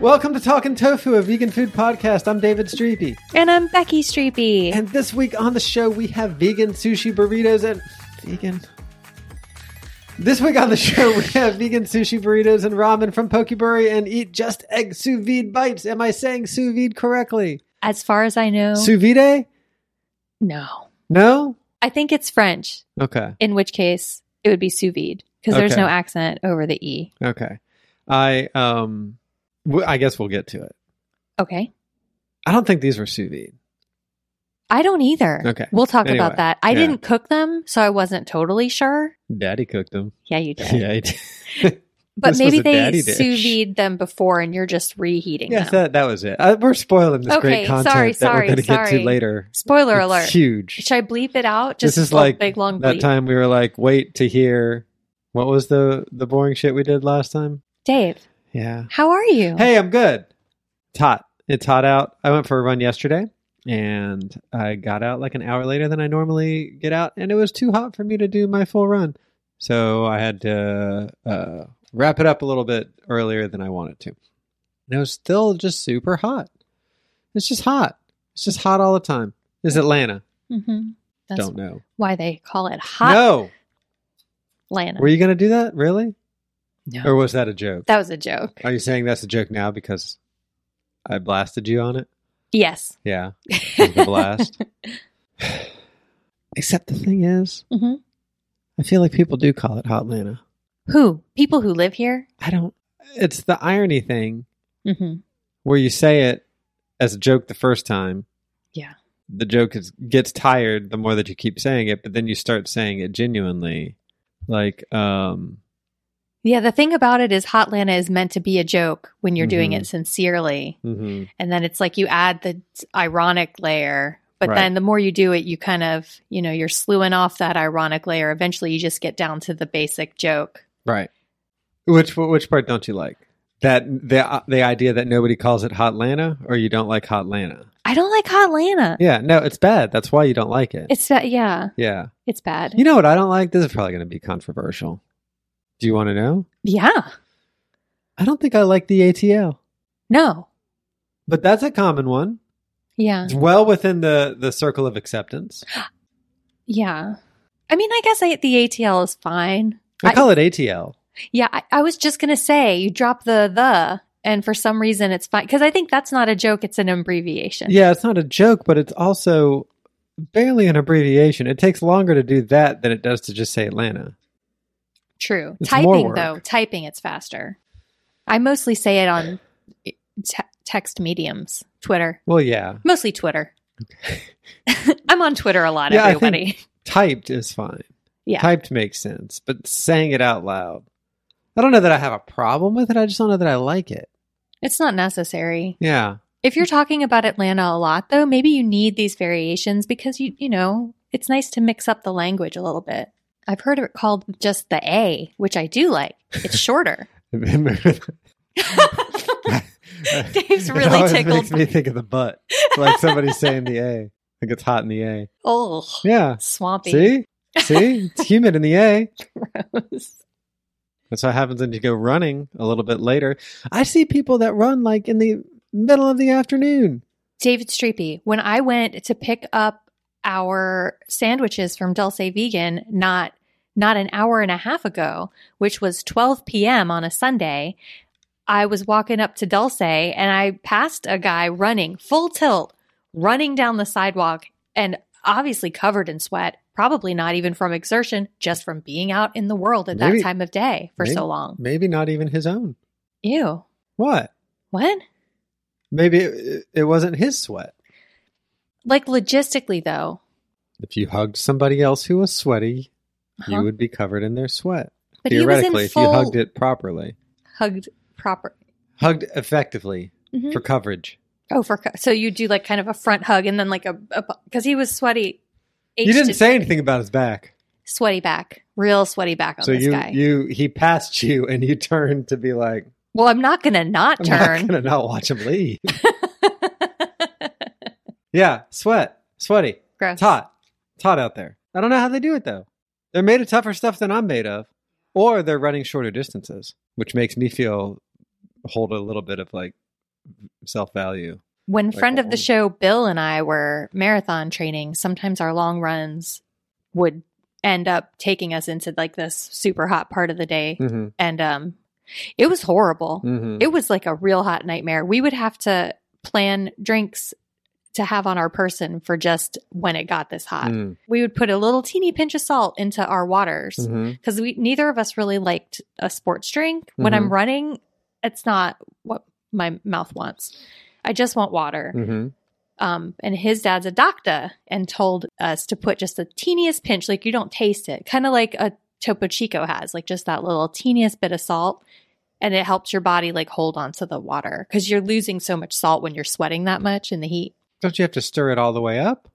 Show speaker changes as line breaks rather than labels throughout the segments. Welcome to Talking Tofu, a vegan food podcast. I'm David Streepy.
And I'm Becky Streepy.
And this week on the show, we have vegan sushi burritos and vegan. This week on the show, we have vegan sushi burritos and ramen from Pokeburi and eat just egg sous vide bites. Am I saying sous vide correctly?
As far as I know,
Sous vide?
no.
No?
I think it's French,
Okay.
in which case it would be sous vide because there's
Okay.
no accent over the E.
Okay. I, um, w- I guess we'll get to it.
Okay.
I don't think these were sous vide.
I don't either.
Okay.
We'll talk
Anyway,
about that. I
yeah.
didn't cook them, so I wasn't totally sure.
Daddy cooked them.
Yeah, you did.
Yeah, I did.
But
This was
maybe
a daddy
they
dish.
sous vide them before and you're just reheating
Yes,
them.
that, that was it. Uh, we're spoiling this great
Okay,
content
sorry,
that we're
sorry,
going to get to
sorry.
later.
Spoiler
It's
alert.
Huge.
Should I bleep it out? Just
this is
a
like
big long
that
bleep.
time we were like, wait to hear what was the the boring shit we did last time.
Dave,
Yeah.
how are you?
Hey, I'm good. It's hot. It's hot out. I went for a run yesterday, and I got out like an hour later than I normally get out, and it was too hot for me to do my full run, so I had to uh, wrap it up a little bit earlier than I wanted to. And it was still just super hot. It's just hot. It's just hot all the time. Is Atlanta?
Mm-hmm. That's
Don't know.
why they call it hot
No.
Lana.
Were you going to do that? Really?
No.
Or was that a joke?
that was a joke.
Are you saying that's a joke now because I blasted you on it?
Yes.
Yeah. it was a blast. Except the thing is,
hmm
I feel like people do call it Hotlanta.
Who? People who live here?
I don't. It's the irony thing
Mm-hmm.
where you say it as a joke the first time.
Yeah.
The joke is, gets tired the more that you keep saying it, but then you start saying it genuinely. Like, um,
Yeah, the thing about it is Hotlanta is meant to be a joke when you're doing
Mhm.
it sincerely.
mhm.
And then it's like you add the ironic layer. But
Right.
then the more you do it, you kind of, you know, you're slewing off that ironic layer. Eventually you just get down to the basic joke.
Right. Which which part don't you like? That the the idea that nobody calls it Hotlanta, or you don't like Hotlanta?
I don't like Hotlanta.
Yeah, no, it's bad. That's why you don't like it.
It's ba- yeah,
yeah.
it's bad.
You know what I don't like? This is probably going to be controversial. Do you want to know?
Yeah.
I don't think I like the ATL,
No.
but that's a common one.
Yeah.
It's well within the the circle of acceptance.
Yeah. I mean, I guess I, the ATL is fine.
I
I-
call it ATL.
Yeah, I, I was just gonna say you drop the the, and for some reason it's fine because I think that's not a joke; it's an abbreviation.
Yeah, it's not a joke, but it's also barely an abbreviation. It takes longer to do that than it does to just say Atlanta.
true.
It's more
typing
work.
though, typing it's faster. I mostly say it on te- text mediums, Twitter,
Well, yeah.
mostly Twitter. I'm on Twitter a lot,
Yeah, I
everybody.
typed is fine.
Yeah.
Typed makes sense, but saying it out loud. I don't know that I have a problem with it. I just don't know that I like it.
it's not necessary.
Yeah.
If
Mm-hmm.
you're talking about Atlanta a lot, though, maybe you need these variations because you you know it's nice to mix up the language a little bit. I've heard it called just the A, which I do like. It's shorter. Dave's
It
really
always
tickled
makes me think of the butt. Like somebody saying the A. Like it's hot in the A.
Oh,
Yeah.
swampy.
See? See? It's humid in the A.
Gross.
That's what happens when you go running a little bit later. I see people that run like in the middle of the afternoon.
David Streepy, when I went to pick up our sandwiches from Dulce Vegan, not not an hour and a half ago, which was 12 p.m. on a Sunday, I was walking up to Dulce and I passed a guy running full tilt, running down the sidewalk and obviously covered in sweat, probably not even from exertion, just from being out in the world at
Maybe-
that time of day for
Maybe-
so long.
Maybe not even his own.
Ew.
What?
What?
Maybe it, it wasn't his sweat.
Like logistically though.
If you hugged somebody else who was sweaty,
Huh?
you would be covered in their sweat.
Uh-huh. But he was in
Theoretically, if you
full-
hugged it properly,
hugged proper.
hugged effectively
Mm-hmm.
for coverage.
Oh, for co- so you do like kind of a front hug and then like a because he was sweaty.
you
H
didn't
to-
say anything about his back.
Sweaty back, real sweaty back on
So
Oh, this
you
guy.
you he passed you and you turned to be like
well, I'm not gonna not
I'm
turn.
not gonna not watch him leave. yeah, sweat, sweaty,
Gross.
it's hot, it's hot out there. I don't know how they do it though. They're made of tougher stuff than I'm made of, or they're running shorter distances, which makes me feel hold a little bit of like self value.
When
Like uh-uh.
friend
that
of
one.
the show Bill and I were marathon training, sometimes our long runs would end up taking us into like this super hot part of the day,
Mm-hmm.
and um, it was horrible.
Mm-hmm.
It was like a real hot nightmare. We would have to plan drinks to have on our person for just when it got this
Mm.
hot.
Mm-hmm,
We would put a little teeny pinch of salt into our waters
Mm-hmm.
because we neither of us really liked a sports drink. When I'm
Mm-hmm.
running, it's not what my mouth wants. I just want water.
Mm. mm-hmm.
Um, and his dad's a doctor and told us to put just the teeniest pinch, like you don't taste it, kind of like a Topo Chico has, like just that little teeniest bit of salt. And it helps your body like hold on to the water because you're losing so much salt when you're sweating that much in the heat.
Don't you have to stir it all the way up?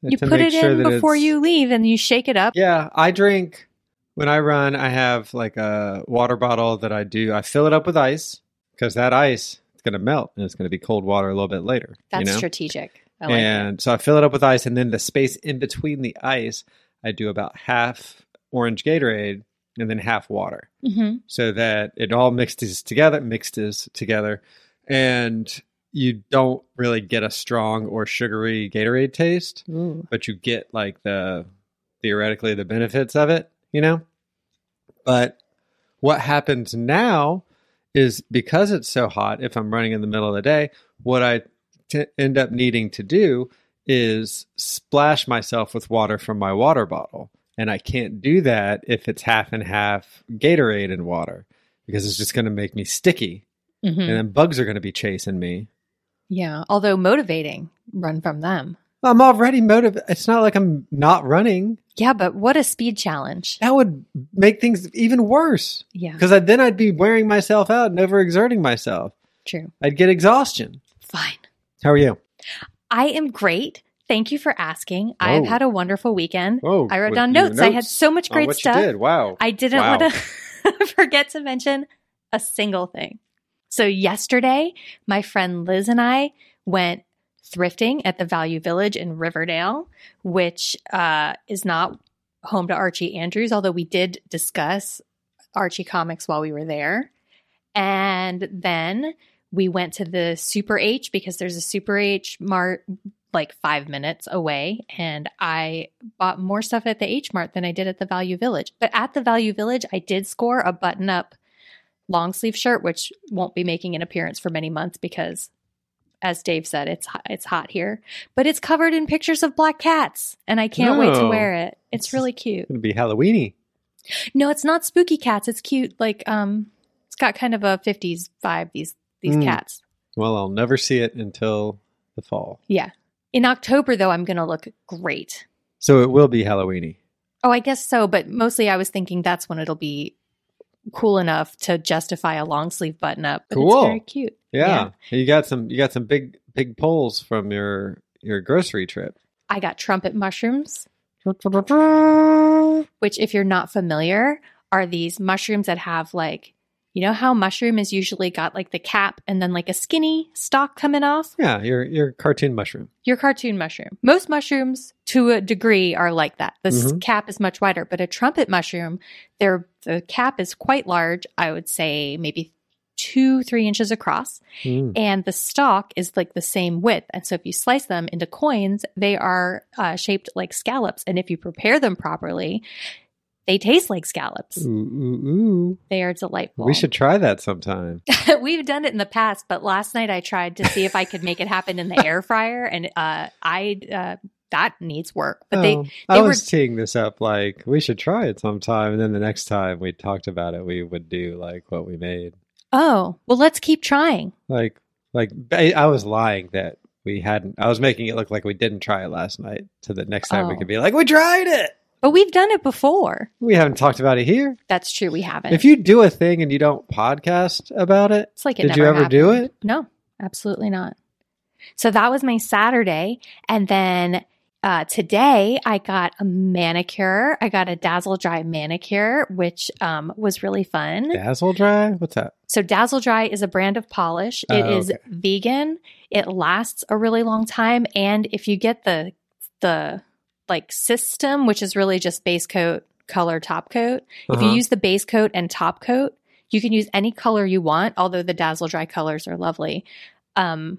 You
To
put
make
it
sure
in
that
before
it's-
you leave and you shake it up.
Yeah, I drink when I run. I have like a water bottle that I do. I fill it up with ice because that ice it's going to melt and it's going to be cold water a little bit later. you
That's
know?
strategic. I like it.
and so I fill it up with ice, and then the space in between the ice, I do about half orange Gatorade and then half water,
Mhm.
so that it all mixes together, mixes together, and you don't really get a strong or sugary Gatorade taste but you get like the theoretically the benefits of it, you know? But what happens now is because it's so hot, if I'm running in the middle of the day, what I t- end up needing to do is splash myself with water from my water bottle. And I can't do that if it's half and half Gatorade and water because it's just going to make me sticky.
Mhm.
And then bugs are going to be chasing me.
Yeah. Although motivating, run from them.
I'm already motivated. It's not like I'm not running.
Yeah, but what a speed challenge.
that would make things even worse
Yeah.
because then I'd be wearing myself out and overexerting myself.
True.
I'd get exhaustion.
Fine.
How are you?
I am great. Thank you for asking. I have
Whoa.
had a wonderful weekend.
Whoa,
I wrote
Oh. with
down
your
notes. I had
notes
so much
on
great
Oh, what you
stuff.
did. Wow.
I didn't
Wow.
want to forget to mention a single thing. So yesterday, my friend Liz and I went thrifting at the Value Village in Riverdale, which uh, is not home to Archie Andrews, although we did discuss Archie comics while we were there. And then we went to the Super H because there's a Super H Mart like five minutes away. And I bought more stuff at the H Mart than I did at the Value Village. But at the Value Village, I did score a button up long sleeve shirt, which won't be making an appearance for many months because, as Dave said, it's hot, it's hot here. But it's covered in pictures of black cats, and I can't wait to
No.
wear it. It's
It's-
really cute.
It's gonna be Halloweeny.
No, it's not spooky cats. It's cute. Like um, it's got kind of a '50s vibe. These these
Mm.
cats.
Well, I'll never see it until the fall,
Yeah. In October, though, I'm gonna look great.
so it will be Halloweeny.
Oh, I guess so. But mostly, I was thinking that's when it'll be cool enough to justify a long sleeve button up. But
Cool.
It's very cute.
Yeah. you got some. You got some big, big pulls from your your grocery trip.
I got trumpet mushrooms, which, if you're not familiar, are these mushrooms that have like, you know, how mushroom is usually got like the cap and then like a skinny stalk coming off.
Yeah, your your cartoon mushroom.
your cartoon mushroom. Most mushrooms, to a degree, are like that. The s
Mhm.
cap is much wider, but a trumpet mushroom, their the cap is quite large. I would say maybe two, three inches across,
Mm.
and the stalk is like the same width. And so if you slice them into coins, they are uh, shaped like scallops. And if you prepare them properly, they taste like scallops.
Ooh, ooh, ooh.
They are delightful.
We should try that sometime.
We've done it in the past, but last night I tried to see if I could make it happen in the air fryer, and uh, I uh, that needs work. But they
Oh, I
were-
was teeing this up like we should try it sometime, and then the next time we talked about it, we would do like what we made.
oh well, let's keep trying.
Like, like I, I was lying that we hadn't. I was making it look like we didn't try it last night, so that next time we
Oh.
could be like, we tried it.
But we've done it before.
We haven't talked about it here.
That's true. We haven't.
If you do a thing and you don't podcast about it,
it's like it
did
never
you ever do
happened.
it?
No, absolutely not. So that was my Saturday, and then uh, today I got a manicure. I got a dazzle dry manicure, which um, was really fun.
Dazzle dry? What's that?
So Dazzle Dry is a brand of polish. It
Oh,
is
okay.
vegan. It lasts a really long time and if you get the the like system, which is really just base coat, color, top coat, if you
Uh-huh.
use the base coat and top coat, you can use any color you want, although the Dazzle Dry colors are lovely. Um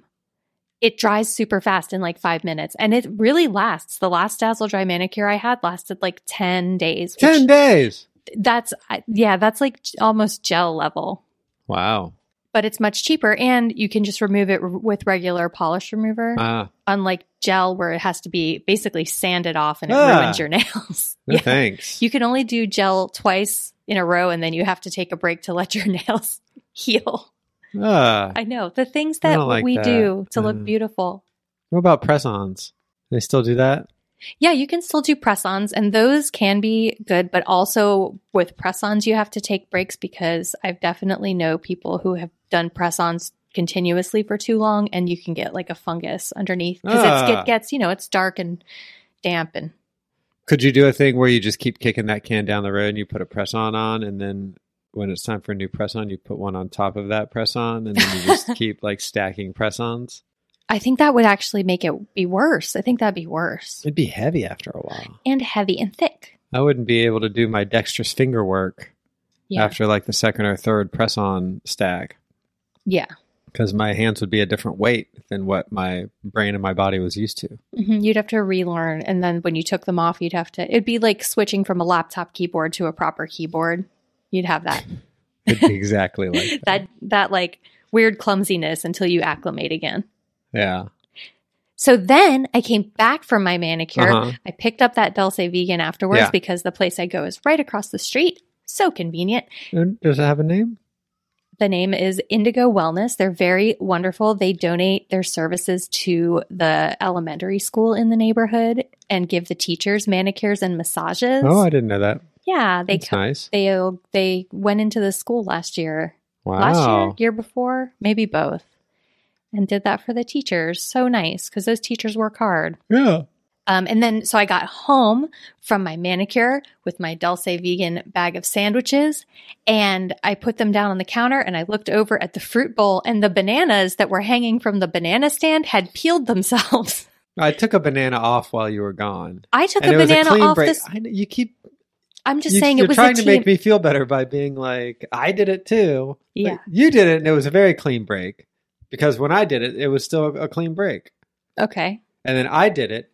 it dries super fast in like five minutes and it really lasts. The last Dazzle Dry manicure I had lasted like 10 days. which-
Ten days.
That's, yeah, that's like almost gel level
Wow.
but it's much cheaper and you can just remove it r- with regular polish remover
Ah,
unlike gel where it has to be basically sanded off and it
Ah.
ruins your nails
no
Yeah.
thanks.
you can only do gel twice in a row and then you have to take a break to let your nails heal
ah.
i know the things
I
that
don't like
we
that.
do to look
Mm.
beautiful
What about press-ons? They still do that?
yeah you can still do press-ons and those can be good but also with press-ons you have to take breaks because i've definitely know people who have done press-ons continuously for too long and you can get like a fungus underneath because
Ah.
it gets you know it's dark and damp and
Could you do a thing where you just keep kicking that can down the road and you put a press on on and then when it's time for a new press on, you put one on top of that press on and then you just keep like stacking press ons?
i think that would actually make it be worse i think that'd be worse
It'd be heavy after a while.
and heavy and thick
I wouldn't be able to do my dexterous finger work
yeah
after like the second or third press on stack
yeah
because my hands would be a different weight than what my brain and my body was used to.
Mhm. you'd have to relearn and then when you took them off you'd have to it'd be like switching from a laptop keyboard to a proper keyboard you'd have that
It'd be exactly like that.
that that like weird clumsiness until you acclimate again.
Yeah.
So then I came back from my manicure.
Uh-huh.
I picked up that Dulce Vegan afterwards
Yeah.
because the place I go is right across the street. So convenient.
And Does it have a name?
The name is Indigo Wellness. They're very wonderful. They donate their services to the elementary school in the neighborhood and give the teachers manicures and massages.
Oh, I didn't know that.
yeah, they
That's
co-
nice.
they they went into the school last year
Wow.
last year, year before, maybe both, and did that for the teachers. So nice because those teachers work hard.
Yeah.
Um, and then, so I got home from my manicure with my Dulce vegan bag of sandwiches, and I put them down on the counter. And I looked over at the fruit bowl, and the bananas that were hanging from the banana stand had peeled themselves.
I took a banana off while you were gone.
I took
And
a
it was a
banana
clean
off
break.
this.
I know, you keep
I'm just
you,
saying
you're
it was
trying
a
to
team.
make me feel better by being like, I did it too. But
Yeah.
you did it, and it was a very clean break because when I did it, it was still a clean break.
okay.
And then I did it,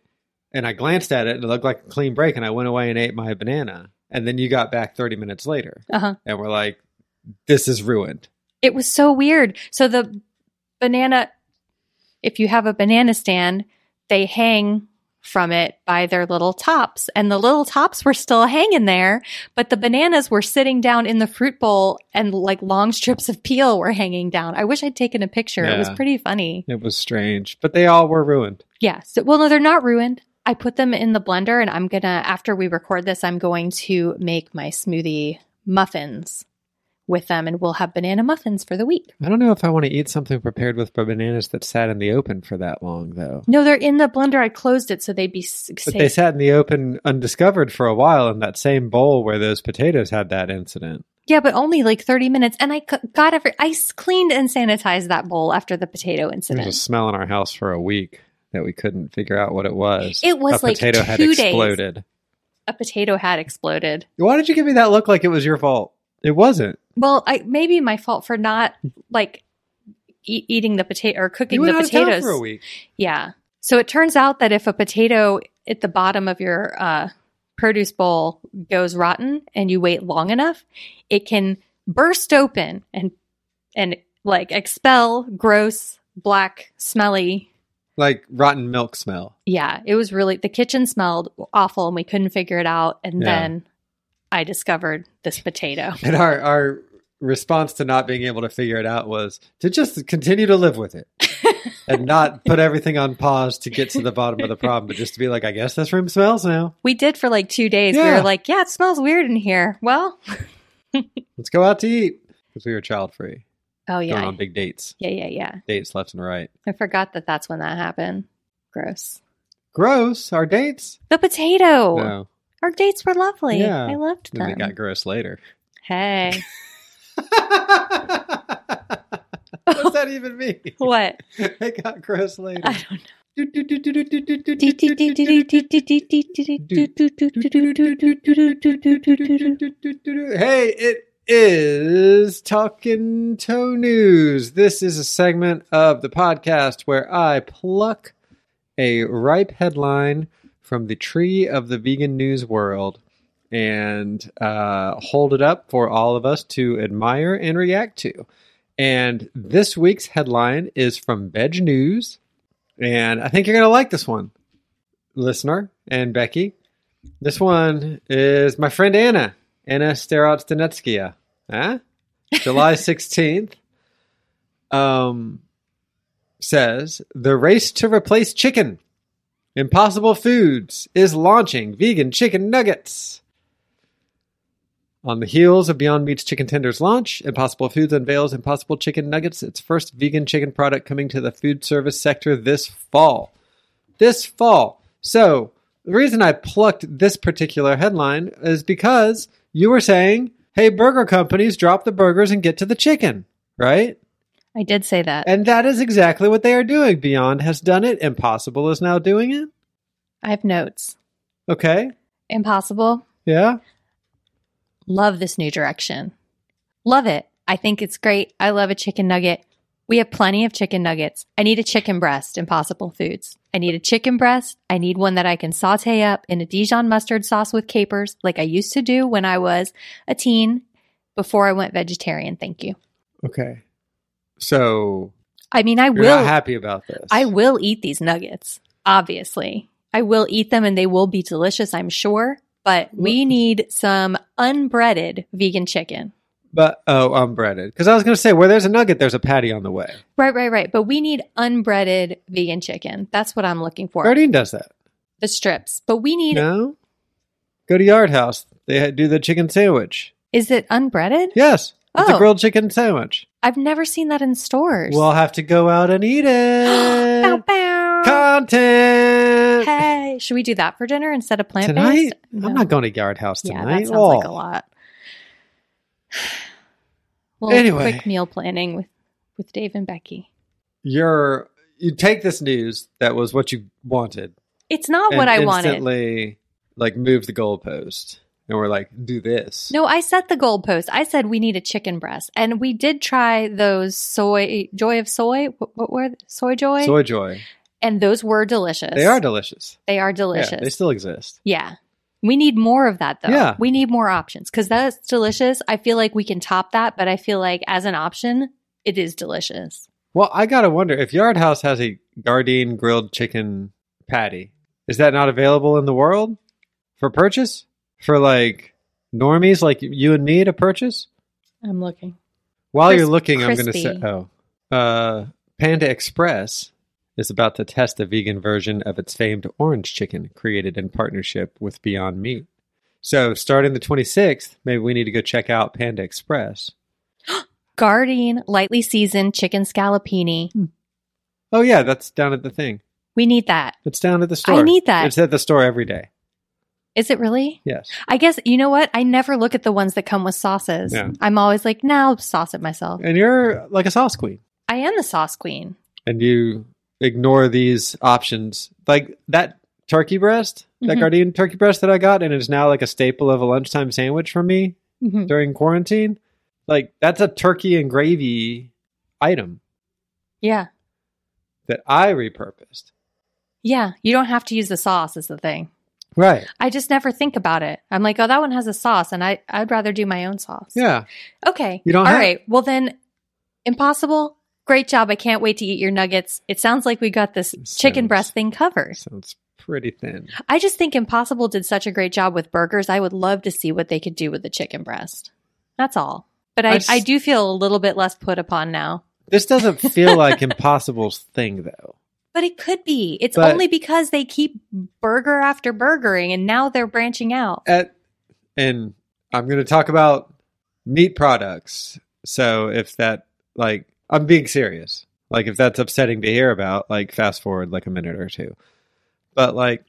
and I glanced at it, and it looked like a clean break, and I went away and ate my banana. And then you got back 30 minutes later,
Uh huh.
and we're like, this is ruined.
It was so weird. So the banana, if you have a banana stand, they hang from it by their little tops, and the little tops were still hanging there, but the bananas were sitting down in the fruit bowl, and like long strips of peel were hanging down. I wish I'd taken a picture. It was
Yeah.
pretty funny.
It was strange, but they all were ruined.
Yeah. So, well, no, they're not ruined. I put them in the blender, and I'm gonna after we record this, I'm going to make my smoothie muffins with them, and we'll have banana muffins for the week.
I don't know if I want to eat something prepared with bananas that sat in the open for that long, though.
No, they're in the blender. I closed it so they'd be s- safe.
But they sat in the open undiscovered for a while in that same bowl where those potatoes had that incident.
yeah, but only like 30 minutes. And I c- got every, I s- cleaned and sanitized that bowl after the potato
There
incident.
was a smell in our house for a week that we couldn't figure out what it was.
It was
a
like
potato had
two days.
exploded.
a potato had exploded.
Why did you give me that look like it was your fault? It wasn't.
Well, I maybe my fault for not like e- eating the potato or cooking
you went
the
out
potatoes
of town for a week.
Yeah. So it turns out that if a potato at the bottom of your uh, produce bowl goes rotten and you wait long enough, it can burst open and and like expel gross, black, smelly.
Like rotten milk smell.
Yeah, it was really the kitchen smelled awful and we couldn't figure it out. And
Yeah.
then I discovered this potato.
And our our response to not being able to figure it out was to just continue to live with it and not put everything on pause to get to the bottom of the problem, but just to be like, I guess this room smells now.
We did for like two days. We
Yeah.
were like, yeah, it smells weird in here. Well, oh,
Let's go out to eat because we were child free,
oh yeah,
going on big dates,
yeah, yeah, yeah.
dates left and right.
I forgot that that's when that happened. Gross.
Gross. Our dates.
The potato.
No,
Our dates were lovely.
Yeah.
I loved
then
them.
they got gross later.
hey,
what does that even mean?
what?
they got gross later.
I don't know.
Hey, it is Talking Toe News. This is a segment of the podcast where I pluck a ripe headline from the tree of the vegan news world and uh, hold it up for all of us to admire and react to. And this week's headline is from Veg News. And I think you're going to like this one, listener and Becky. This one is my friend Anna, Anna Sterout Stanetskia. Huh? July 16th. Um, says the race to replace chicken. Impossible Foods is launching vegan chicken nuggets. On the heels of Beyond Meat's Chicken Tenders launch, Impossible Foods unveils Impossible Chicken Nuggets, its first vegan chicken product coming to the food service sector this fall. This fall. So, the reason I plucked this particular headline is because you were saying, hey, burger companies drop the burgers and get to the chicken, right?
I did say that.
And that is exactly what they are doing. Beyond has done it. Impossible is now doing it.
I have notes.
Okay.
Impossible.
Yeah.
Love this new direction. Love it. I think it's great. I love a chicken nugget. We have plenty of chicken nuggets. I need a chicken breast, Impossible Foods. I need a chicken breast. I need one that I can saute up in a Dijon mustard sauce with capers, like I used to do when I was a teen before I went vegetarian. Thank you.
Okay. So
I mean, I
you're
will.
not happy about this.
I will eat these nuggets, obviously. I will eat them and they will be delicious, I'm sure. But we need some unbreaded vegan chicken.
But oh, I'm breaded because I was going to say where there's a nugget, there's a patty on the way.
Right, right, right. But we need unbreaded vegan chicken. That's what I'm looking for.
Gardein does that.
The strips. But we need,
No. Go to Yard House. They ha- do the chicken sandwich.
is it unbreaded?
Yes. It's a
Oh.
grilled chicken sandwich.
I've never seen that in stores.
We'll have to go out and eat
Bow,
it.
bow.
Content.
Hey, should we do that for dinner instead of plant
Tonight?
based? No.
I'm not going to Yard House
Yeah,
tonight.
that sounds like a
Oh.
lot. Well,
Anyway.
quick meal planning with with Dave and Becky.
You're you take this news that was what you wanted.
It's not what
and
I wanted.
instantly, like move the goalpost, and we're like, do this.
No, I set the goalpost. I said we need a chicken breast, and we did try those soy joy of soy. What, what were they? soy joy?
Soy joy.
And those were delicious.
They are delicious.
They are
Yeah,
delicious.
they still exist.
Yeah. We need more of that though.
Yeah.
We need more options because that's delicious. I feel like we can top that, but I feel like as an option, it is delicious.
Well, I gotta wonder if Yard House has a Gardein grilled chicken patty. Is that not available in the world for purchase for like normies like you and me to purchase?
I'm looking.
While you're
Crisp-
looking, I'm going to say,
crispy.
oh, uh, Panda Express is about to test a vegan version of its famed orange chicken, created in partnership with Beyond Meat. So, starting the 26th, maybe we need to go check out Panda Express.
Guarding lightly seasoned chicken scallopini.
Oh yeah, that's down at the thing.
We need that.
It's down at the store.
I need that.
It's at the store every day.
Is it really?
Yes.
I guess you know what? I never look at the ones that come with sauces.
Yeah.
I'm always like, now I'll sauce it myself.
And you're like a sauce queen,
I am the sauce queen.
and you ignore these options, like that turkey breast, that
Mhm.
Guardian turkey breast that I got, and it's now like a staple of a lunchtime sandwich for me.
Mhm.
during quarantine. Like that's a turkey and gravy item
Yeah.
that I repurposed.
Yeah. You don't have to use the sauce, is the thing.
Right.
I just never think about it. I'm like, oh, that one has a sauce, and I, I'd rather do my own sauce.
Yeah.
Okay.
You don't
All
have-
right. Well, then, impossible. Great job. I can't wait to eat your nuggets. It sounds like we got this chicken
Sounds-
breast thing covered.
Sounds pretty thin.
I just think Impossible did such a great job with burgers. I would love to see what they could do with the chicken breast. That's all. But I, I,
I s-
do feel a little bit less put upon now.
This doesn't feel like Impossible's thing though.
But it could be. It's
But-
only because they keep burger after burgering and now they're branching out.
At and I'm going to talk about meat products. So if that like I'm being serious. Like if that's upsetting to hear about, like fast forward like a minute or two. But like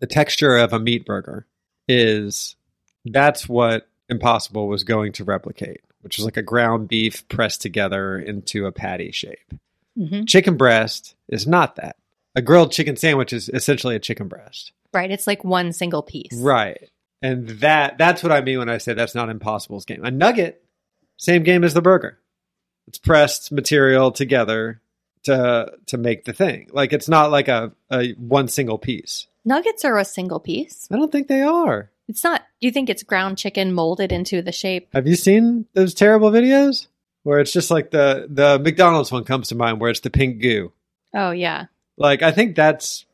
the texture of a meat burger is that's what Impossible was going to replicate, which is like a ground beef pressed together into a patty shape.
Mhm.
Chicken breast is not that. A grilled chicken sandwich is essentially a chicken breast.
Right. It's like one single piece.
Right. And that that's what I mean when I say that's not impossible's game. A nugget, same game as the burger. It's pressed material together to to make the thing. Like it's not like a, a one single piece.
Nuggets are a single piece.
I don't think they are.
It's not, you think it's ground chicken molded into the shape.
Have you seen those terrible videos? Where it's just like the the McDonald's one comes to mind where it's the pink goo.
Oh, yeah.
Like I think that's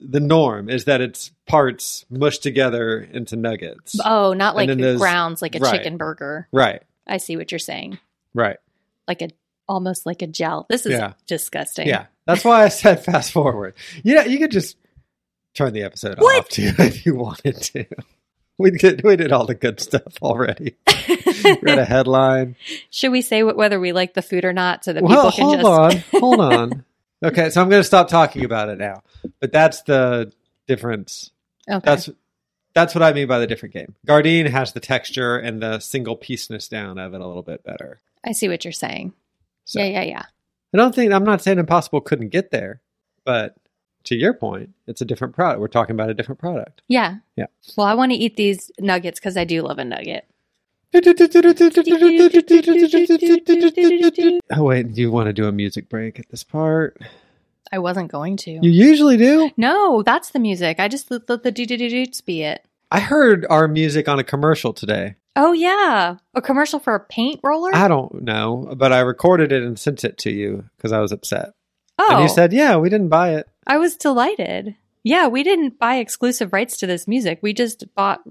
the norm is that it's parts mushed together into nuggets.
Oh, not like
then there's-
grounds like a
right.
chicken burger.
Right.
I see what you're saying.
Right.
Like a, almost like a gel. This is
Yeah.
disgusting.
Yeah, that's why I said fast forward. Yeah, you could just turn the episode
What?
off too if you wanted to. We did we did all the good stuff already. Read a headline.
Should we say what, whether we like the food or not so that
well,
people can
hold
just.
on, hold on. Okay, so I'm going to stop talking about it now. But that's the difference.
Okay.
That's that's what I mean by the different game. Gardein has the texture and the single pieceness down of it a little bit better.
I see what you're saying.
So-
Yeah, yeah, yeah.
I don't think I'm not saying impossible couldn't get there, but to your point, it's a different product. We're talking about a different product.
Yeah.
Yeah.
Well, I want to eat these nuggets because I do love a nugget.
Oh wait, do you want to do a music break at this part?
I wasn't going to.
You usually do.
no, that's the music. I just let, let the do do do doots be it.
I heard our music on a commercial today.
Oh, yeah. A commercial for a paint roller?
I don't know, but I recorded it and sent it to you because I was upset.
oh,
And you said, "Yeah, we didn't buy it."
I was delighted. Yeah, we didn't buy exclusive rights to this music. We just bought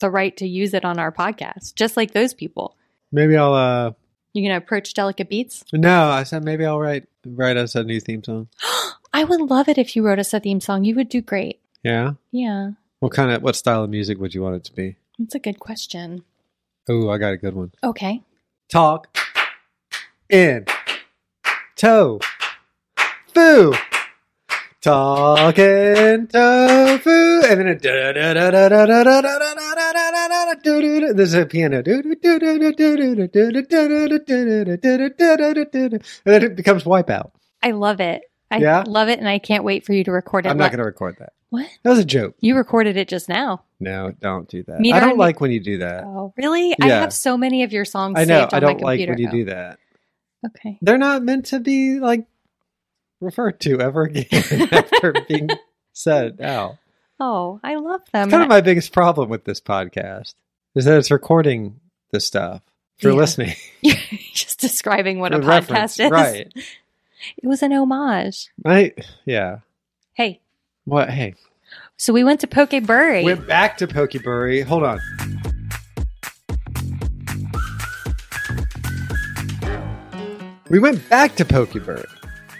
the right to use it on our podcast, just like those people.
Maybe I'll. uh
You going to approach Delicate Beats?
No, I said maybe I'll write write us a new theme song.
I would love it if you wrote us a theme song. You would do great.
Yeah.
Yeah,
What kind of what style of music would you want it to be?
that's a good question.
Oh, I got a good one.
Okay.
Talk in toe foo. Talking tofu, and then a da da da da da da da da da da da da da da da do do do. There's a piano. Do do do do do do do do do do do do do do do do do do do do. And then it becomes wipeout.
I love it. I
Yeah?
love it, and I can't wait for you to record it.
I'm not
Lo-
going to record that.
What?
That was a joke.
You recorded it just now.
No, don't do that.
Meet
I
our
don't
new-
like when you do that.
Oh, really? I
Yeah.
have so many of your songs
I know.
saved on
I don't
my
like
computer.
when you do that.
Oh, okay.
they're not meant to be like referred to ever again after being said out.
Oh, I love
It's
them.
kind of
And I-
my biggest problem with this podcast is that it's recording this stuff for
Yeah.
listening.
You're just describing what a
for reference.
podcast is.
right?
It was an homage.
I yeah.
Hey,
What? Hey,
so we went to Pokebury.
went back to Pokebury. Hold on. We went back to Pokebury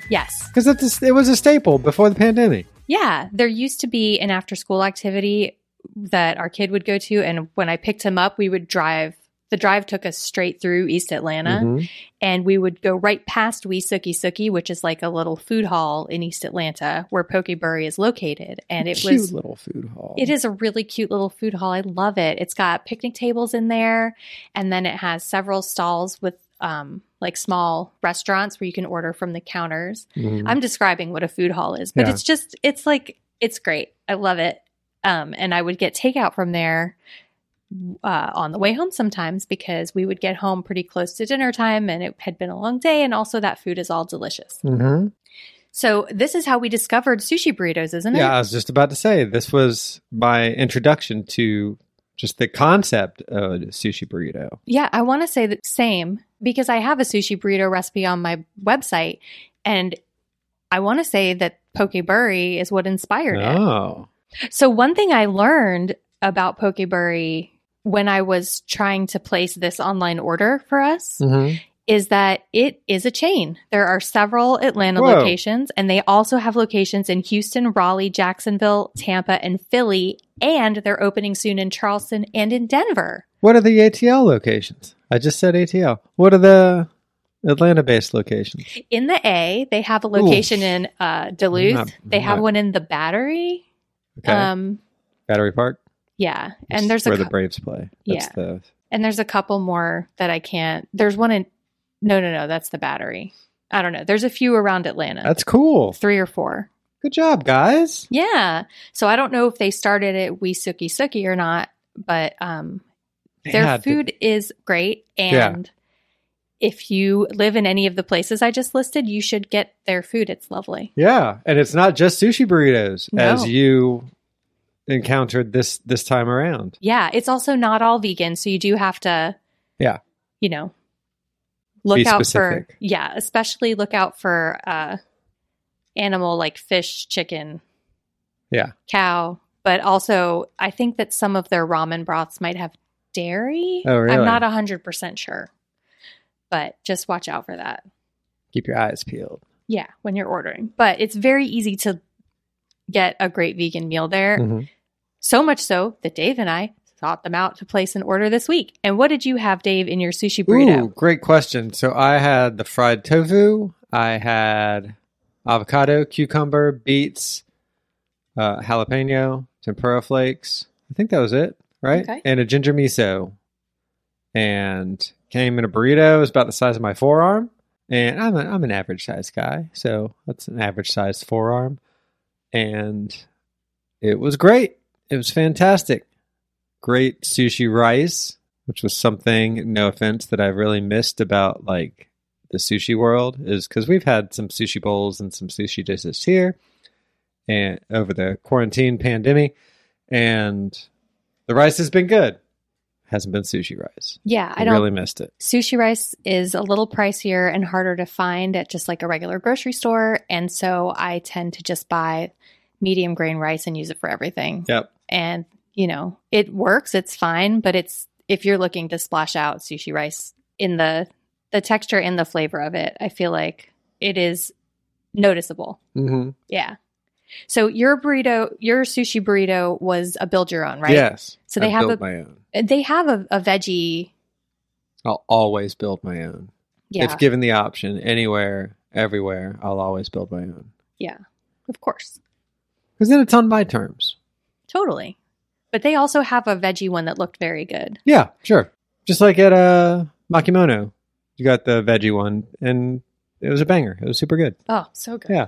yes.
because it was a staple before the pandemic.
Yeah. There used to be an after school activity that our kid would go to. And when I picked him up, we would drive. The drive took us straight through East Atlanta.
Mhm.
and we would go right past Weesuki Suki, which is like a little food hall in East Atlanta where Pokebury is located. And it
Cute
was
little food hall.
it is a really cute little food hall. I love it. It's got picnic tables in there, and then it has several stalls with um like small restaurants where you can order from the counters.
Mhm.
I'm describing what a food hall is, but
Yeah.
it's just it's like it's great. I love it. Um, and I would get takeout from there uh, on the way home sometimes because we would get home pretty close to dinner time and it had been a long day. And also, that food is all delicious.
Mm-hmm.
So, this is how we discovered sushi burritos, isn't
Yeah, I
it?
was just about to say this was my introduction to just the concept of sushi burrito.
Yeah, I want to say the same because I have a sushi burrito recipe on my website. And I want to say that poke burry is what inspired it.
Oh,
So one thing I learned about Pokeberry when I was trying to place this online order for us
Mhm.
is that it is a chain. There are several Atlanta
Whoa.
locations and they also have locations in Houston, Raleigh, Jacksonville, Tampa, and Philly, and they're opening soon in Charleston and in Denver.
what are the ATL locations? I just said ATL. What are the Atlanta-based locations?
In the A, they have a location in uh, Duluth.
Not-
they have
not-
one in the Battery.
Okay,
Um
Battery Park,
yeah,
That's
and there's a
where
cou-
the Braves play. That's
Yeah.
the
And there's a couple more that I can't. There's one in. No, no, no. That's the battery. I don't know. There's a few around Atlanta.
that's cool.
three or four.
Good job, guys.
Yeah. So I don't know if they started at We Suki Suki or not, but um, their
Yeah,
food is great.
Yeah.
And if you live in any of the places I just listed, you should get their food. It's lovely.
Yeah, and it's not just sushi burritos
No.
as you encountered this this time around.
Yeah. It's also not all vegan. So you do have to,
Yeah.
you know, look out for,
specific.
yeah, especially look out for uh, animal like fish, chicken,
Yeah.
cow. But also, I think that some of their ramen broths might have dairy.
Oh, really?
I'm not 100% sure. But just watch out for that.
Keep your eyes peeled.
Yeah, when you're ordering. But it's very easy to get a great vegan meal there.
Mhm.
So much so that Dave and I sought them out to place an order this week. And what did you have, Dave, in your sushi burrito?
Ooh, great question. So I had the fried tofu. I had avocado, cucumber, beets, uh, jalapeno, tempura flakes. I think that was it, right?
Okay.
And a ginger miso. And came in a burrito. It was about the size of my forearm. And I'm, a, I'm an average sized guy. So that's an average sized forearm. And it was great. It was fantastic. Great sushi rice, which was something, no offense, that I've really missed about like the sushi world is because we've had some sushi bowls and some sushi dishes here and over the quarantine pandemic. And the rice has been good. Hasn't been sushi rice.
Yeah, I
I
don't.
really missed it.
Sushi rice is a little pricier and harder to find at just like a regular grocery store. And so I tend to just buy medium grain rice and use it for everything.
Yep.
And, you know, it works, it's fine, but it's if you're looking to splash out sushi rice in the the texture and the flavor of it, I feel like it is noticeable.
Mm-hmm.
Yeah. So your burrito, your sushi burrito was a build your own, right?
Yes.
So they
I've
have
built
a-
my own.
They have a, a veggie.
I'll always build my own.
Yeah.
If given the option, anywhere, everywhere, I'll always build my own.
yeah. Of course.
Because then it's on my terms.
Totally. But they also have a veggie one that looked very good.
Yeah, sure. Just like at uh, Makimono, you got the veggie one, and it was a banger. It was super good.
Oh, so good.
Yeah.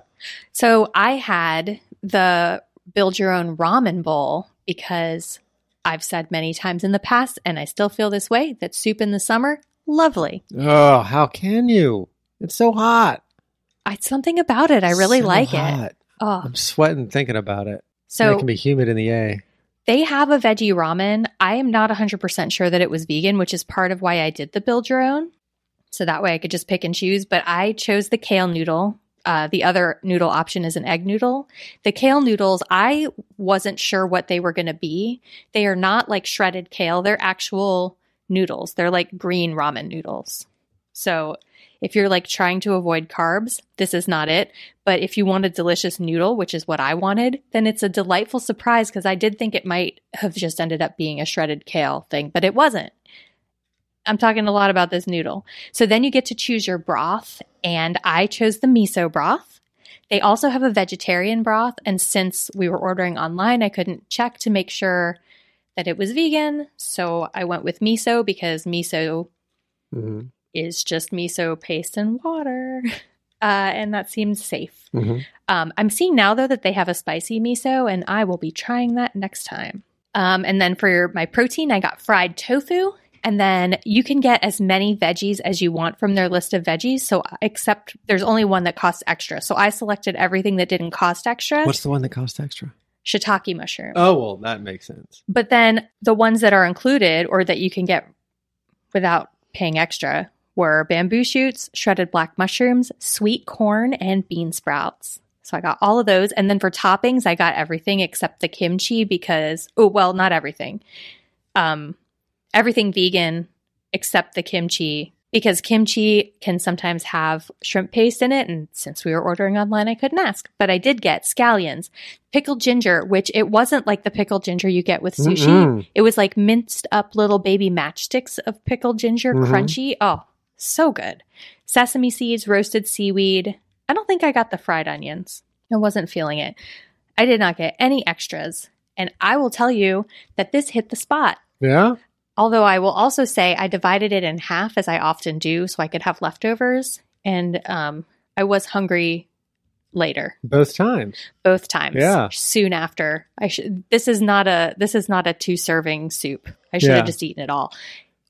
So I had the build your own ramen bowl because I've said many times in the past, and I still feel this way, that soup in the summer, lovely.
Oh, how can you? It's so hot.
I something about it. I really
So
like it.
hot.
Oh.
I'm sweating thinking about it. So it
So
can be humid in the A.
they have a veggie ramen. I am not 100% sure that it was vegan, which is part of why I did the build your own. So that way I could just pick and choose. But I chose the kale noodle. Uh, the other noodle option is an egg noodle. The kale noodles, I wasn't sure what they were going to be. They are not like shredded kale, they're actual noodles. They're like green ramen noodles. So if you're like trying to avoid carbs, this is not it. But if you want a delicious noodle, which is what I wanted, then it's a delightful surprise because I did think it might have just ended up being a shredded kale thing, but it wasn't. I'm talking a lot about this noodle. So then you get to choose your broth, and I chose the miso broth. They also have a vegetarian broth, and since we were ordering online, I couldn't check to make sure that it was vegan. So I went with miso because miso
Mm-hmm.
is just miso paste and water. Uh, and that seemed safe.
Mm-hmm.
Um, I'm seeing now, though, that they have a spicy miso, and I will be trying that next time. Um, and then for my protein, I got fried tofu. And then you can get as many veggies as you want from their list of veggies. So, uh, except there's only one that costs extra. So, I selected everything that didn't cost extra
What's the one that costs extra?
shiitake mushroom.
Oh, well, that makes sense.
But then the ones that are included or that you can get without paying extra were bamboo shoots, shredded black mushrooms, sweet corn, and bean sprouts. So I got all of those. And then for toppings, I got everything except the kimchi because, oh, well, not everything. Um, everything vegan except the kimchi because kimchi can sometimes have shrimp paste in it. And since we were ordering online, I couldn't ask. But I did get scallions, pickled ginger, which it wasn't like the pickled ginger you get with sushi.
Mm-mm.
It was like minced up little baby matchsticks of pickled ginger,
Mhm.
crunchy. Oh, so good. Sesame seeds, roasted seaweed. I don't think I got the fried onions. I wasn't feeling it. I did not get any extras. And I will tell you that this hit the spot.
Yeah.
Although I will also say I divided it in half as I often do so I could have leftovers. And um, I was hungry later
Both times.
both times
Yeah.
soon after i should this is not a this is not a two serving soup i should
Yeah.
have just eaten it all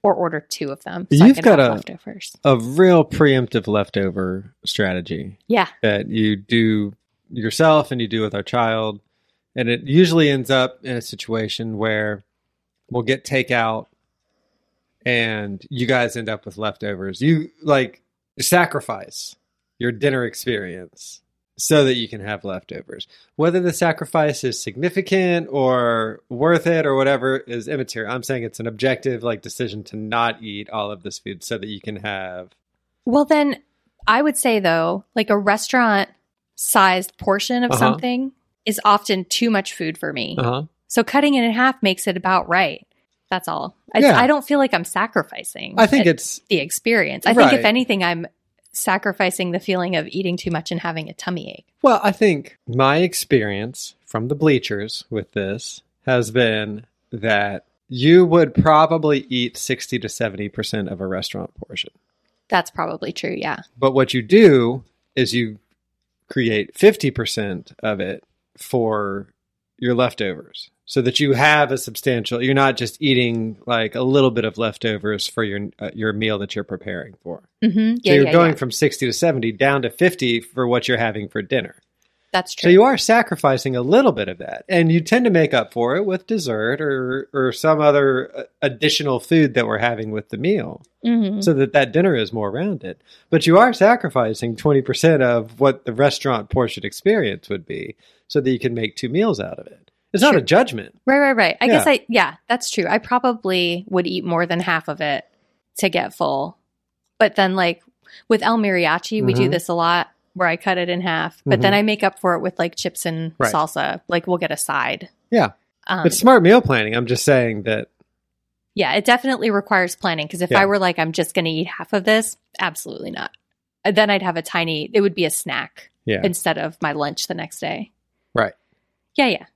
or ordered two of them so I
You've
could
got
have
a-
leftovers
A real preemptive leftover strategy
yeah
that you do yourself and you do with our child. And it usually ends up in a situation where we'll get takeout and you guys end up with leftovers. You like sacrifice your dinner experience so that you can have leftovers. Whether the sacrifice is significant or worth it or whatever is immaterial. I'm saying it's an objective like decision to not eat all of this food so that you can have
well then i would say though like a restaurant sized portion of
Uh-huh.
something is often too much food for me
uh-huh.
so cutting it in half makes it about right that's all It's-
Yeah.
i don't feel like i'm sacrificing
I think
it-
it's
the experience i think
Right.
if anything i'm sacrificing the feeling of eating too much and having a tummy ache
Well, I think my experience from the bleachers with this has been that you would probably eat 60 to 70% of a restaurant portion.
That's probably true. Yeah.
But what you do is you create 50% of it for your leftovers so that you have a substantial you're not just eating like a little bit of leftovers for your uh, your meal that you're preparing for.
Mm-hmm.
So
Yeah.
you're
yeah,
going
yeah.
from 60 to 70 down to 50 for what you're having for dinner.
That's
So
true.
you are sacrificing a little bit of that, and you tend to make up for it with dessert or or some other uh, additional food that we're having with the meal,
Mhm.
so that that dinner is more rounded. But you are sacrificing twenty percent of what the restaurant portion experience would be, so that you can make two meals out of it. It's not a judgment.
Right. Right. Right. I guess
Yeah.
I. Yeah. That's true. I probably would eat more than half of it to get full, but then like with El Mariachi, we do
Mhm.
this a lot where I cut it in half, but then
Mhm.
I make up for it with like chips and
Right.
salsa. Like we'll get a side.
Yeah,
Um,
it's smart meal planning. I'm just saying that.
yeah. It definitely requires planning because if
Yeah.
I were like, I'm just going to eat half of this, absolutely not. Uh, Then I'd have a tiny. It would be a snack
Yeah,
instead of my lunch the next day.
right.
Yeah. Yeah.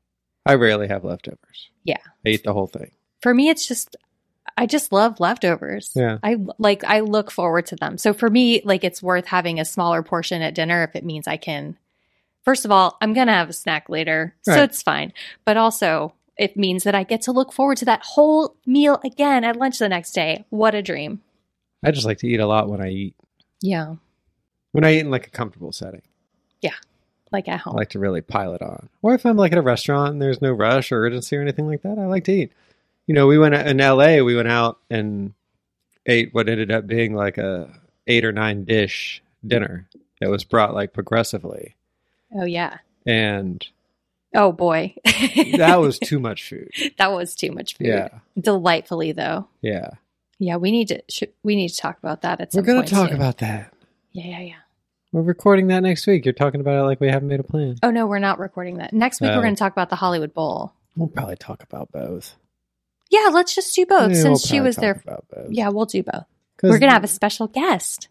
I rarely have leftovers.
Yeah.
I eat the whole thing.
for me it's just i just love leftovers
Yeah.
i like i look forward to them so for me like it's worth having a smaller portion at dinner if it means i can first of all i'm gonna have a snack later so
Right.
it's fine but also it means that i get to look forward to that whole meal again at lunch the next day what a dream
I just like to eat a lot when I eat.
yeah
When I eat in like a comfortable setting.
like at
I
home
like to really pile it on. Or if I'm like at a restaurant and there's no rush or urgency or anything like that, I like to eat. You know, we went in LA, we went out and ate what ended up being like a eight or nine dish dinner that was brought like progressively.
oh yeah
And
oh boy
that was too much food.
that was too much food
Yeah.
delightfully though
Yeah.
yeah we need to sh- we need to talk about that at some
We're going
point
to talk
soon.
about that.
yeah yeah yeah
We're recording that next week. You're talking about it like we haven't made a plan.
Oh no, we're not recording that. Next week
Oh.
we're going to talk about the Hollywood Bowl.
We'll probably talk about both.
Yeah, let's just do both
Yeah, we'll
Oh, since she
probably
was
talk
there.
About both.
Yeah, we'll do both.
'Cause
We're going to have a special guest.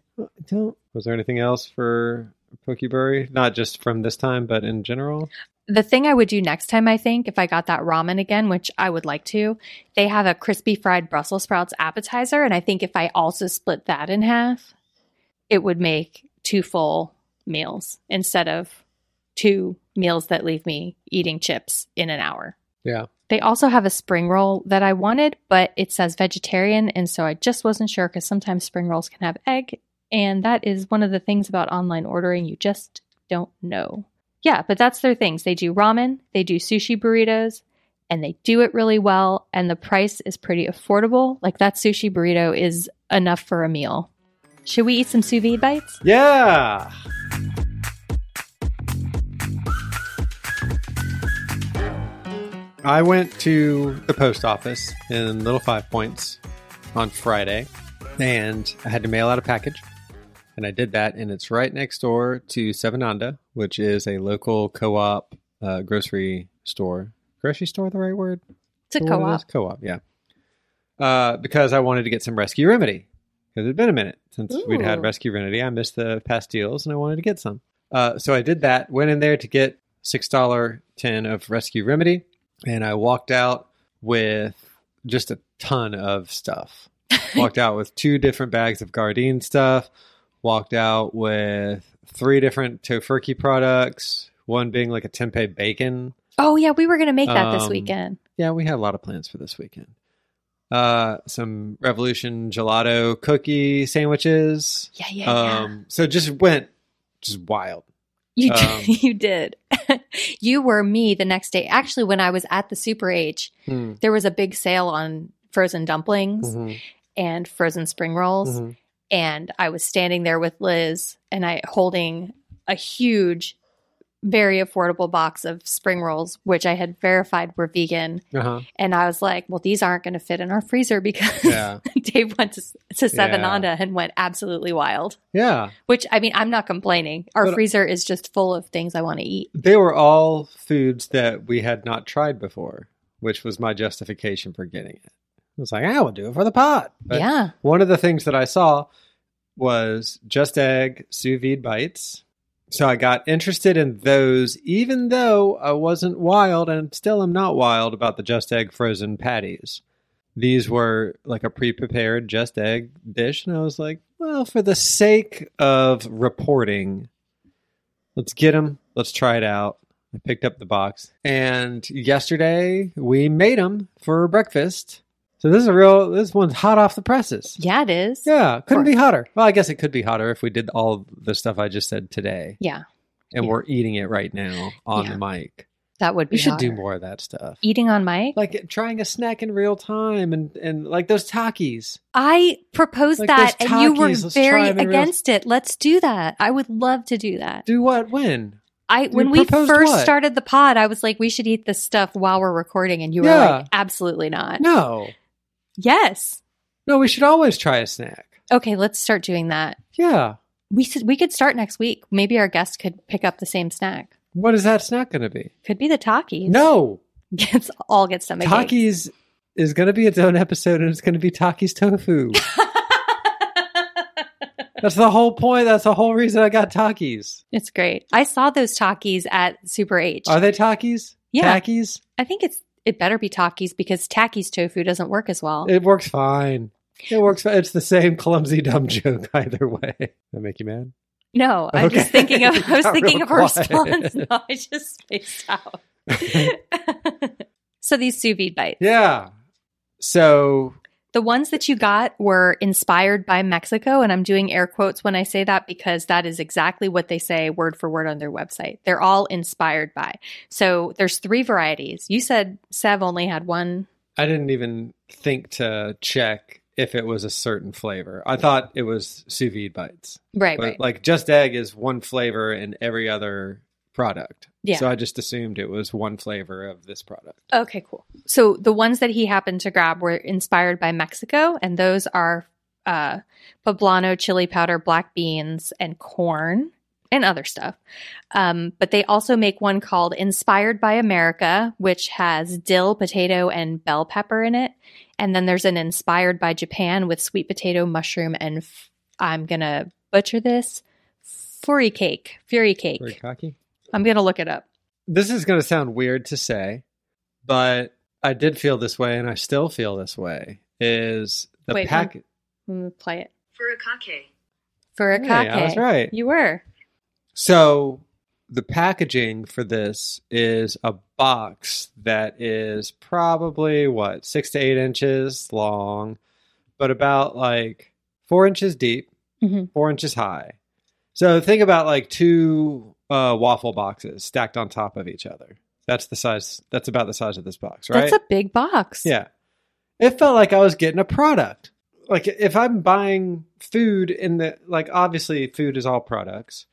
Don't. Was there anything else for Pokeberry? Not just from this time, but in general.
The thing I would do next time, I think, if I got that ramen again, which I would like to, they have a crispy fried Brussels sprouts appetizer. And I think if I also split that in half, it would make two full meals instead of two meals that leave me eating chips in an hour.
Yeah.
They also have a spring roll that I wanted, but it says vegetarian. And so I just wasn't sure because sometimes spring rolls can have egg. And that is one of the things about online ordering. You just don't know. Yeah, but that's their things. They do ramen, they do sushi burritos, and they do it really well. And the price is pretty affordable. Like that sushi burrito is enough for a meal. Should we eat some sous vide bites?
Yeah. I went to the post office in Little Five Points on Friday and I had to mail out a package. And I did that, and it's right next door to Sevenanda, which is a local co op uh, grocery store. Grocery store, the right word?
It's a
Or
co
what it
op.
is? Co-op, yeah. Uh, because I wanted to get some Rescue Remedy because it'd been a minute since we'd had
Ooh.
Rescue Remedy. I missed the past deals and I wanted to get some. Uh, so I did that. Went in there to get six dollar tin of Rescue Remedy, and I walked out with just a ton of stuff. walked out with two different bags of Gardein stuff. Walked out with three different Tofurky products. One being like a tempeh bacon
Oh, yeah, we were going to make that this
Um,
weekend.
yeah, we had a lot of plans for this weekend. Uh, some Revolution gelato cookie sandwiches.
Yeah, yeah, yeah.
Um, so just went just wild.
You did.
Um,
you did. you were me the next day. Actually, when I was at the Super H,
Hmm.
there was a big sale on frozen dumplings
Mhm.
and frozen spring rolls,
Mhm.
and I was standing there with Liz and I holding a huge, very affordable box of spring rolls, which I had verified were vegan,
Uh-huh.
and I was like, "Well, these aren't going to fit in our freezer because
Yeah.
Dave went to, to Seven
Yeah.
Onda and went absolutely wild."
Yeah.
Which I mean, I'm not complaining. Our
But- uh,
freezer is just full of things I want to eat.
They were all foods that we had not tried before, which was my justification for getting it. I was like, I will do it for the pot. But
yeah.
One of the things that I saw was just egg sous vide bites. So I got interested in those, even though I wasn't wild and still am not wild about the just egg frozen patties. These were like a pre prepared just egg dish. And I was like, well, for the sake of reporting, let's get them. Let's try it out. I picked up the box. And yesterday we made them for breakfast. So this is a real, this one's hot off the presses.
Yeah, it is.
Yeah, couldn't
course.
be hotter. Well, I guess it could be hotter if we did all the stuff I just said today,
Yeah,
and
Yeah.
we're eating it right now on
Yeah.
the mic.
that would be.
We should do
hotter.
more of that stuff,
Eating on mic.
like trying a snack in real time, and and like those Takis.
I proposed
Like
that,
those
and you were
Takis, let's
very
try 'em in real-
against it. Let's do that. I would love to do that.
Do what when?
I
you
when we
proposed
first
what?
started the pod, I was like, we should eat this stuff while we're recording, and you were
Yeah.
like, absolutely not.
No,
Yes.
no, we should always try a snack.
Okay, let's start doing that.
Yeah,
We should, we could start next week. Maybe our guest could pick up the same snack.
what is that snack going to be?
Could be the Takis.
No,
Gets all get stomach.
Takis is going to be its own episode, and it's going to be Takis tofu. That's the whole point. That's the whole reason I got Takis.
It's great. I saw those Takis at Super H.
Are they Takis?
Yeah.
Takis?
I think it's it better be Takis because Takis tofu doesn't work as well.
It works fine. It works fine. It's the same clumsy dumb joke either way. That make you mad?
no, I'm
Okay.
just thinking of I was
Got
thinking
real
of a
quiet.
response. No, I just spaced out. so these sous vide bites.
Yeah. So
The ones that you got were inspired by Mexico, and I'm doing air quotes when I say that because that is exactly what they say word for word on their website. They're all inspired by. So there's three varieties. You said Sev only had one.
I didn't even think to check if it was a certain flavor. I thought it was sous vide bites.
Right,
But
right.
like just egg is one flavor in every other product.
Yeah.
So I just assumed it was one flavor of this product.
Okay, cool. So the ones that he happened to grab were inspired by Mexico, and those are uh, poblano chili powder, black beans, and corn, and other stuff. Um, but they also make one called Inspired by America, which has dill, potato, and bell pepper in it. And then there's an Inspired by Japan with sweet potato, mushroom, and f- I'm gonna butcher this fury cake, fury cake.
Very cocky.
I'm gonna look it up.
this is going to sound weird to say, but I did feel this way and I still feel this way is the
Wait,
pack
I'm gonna play it.
Furikake.
Furikake.
Hey, I was right.
You were.
So the packaging for this is a box that is probably what six to eight inches long, but about like four inches deep,
Mhm.
four inches high. So think about like two uh, waffle boxes stacked on top of each other. That's the size. That's about the size of this box, right?
That's a big box.
Yeah. It felt like I was getting a product. Like if I'm buying food in the like obviously food is all products,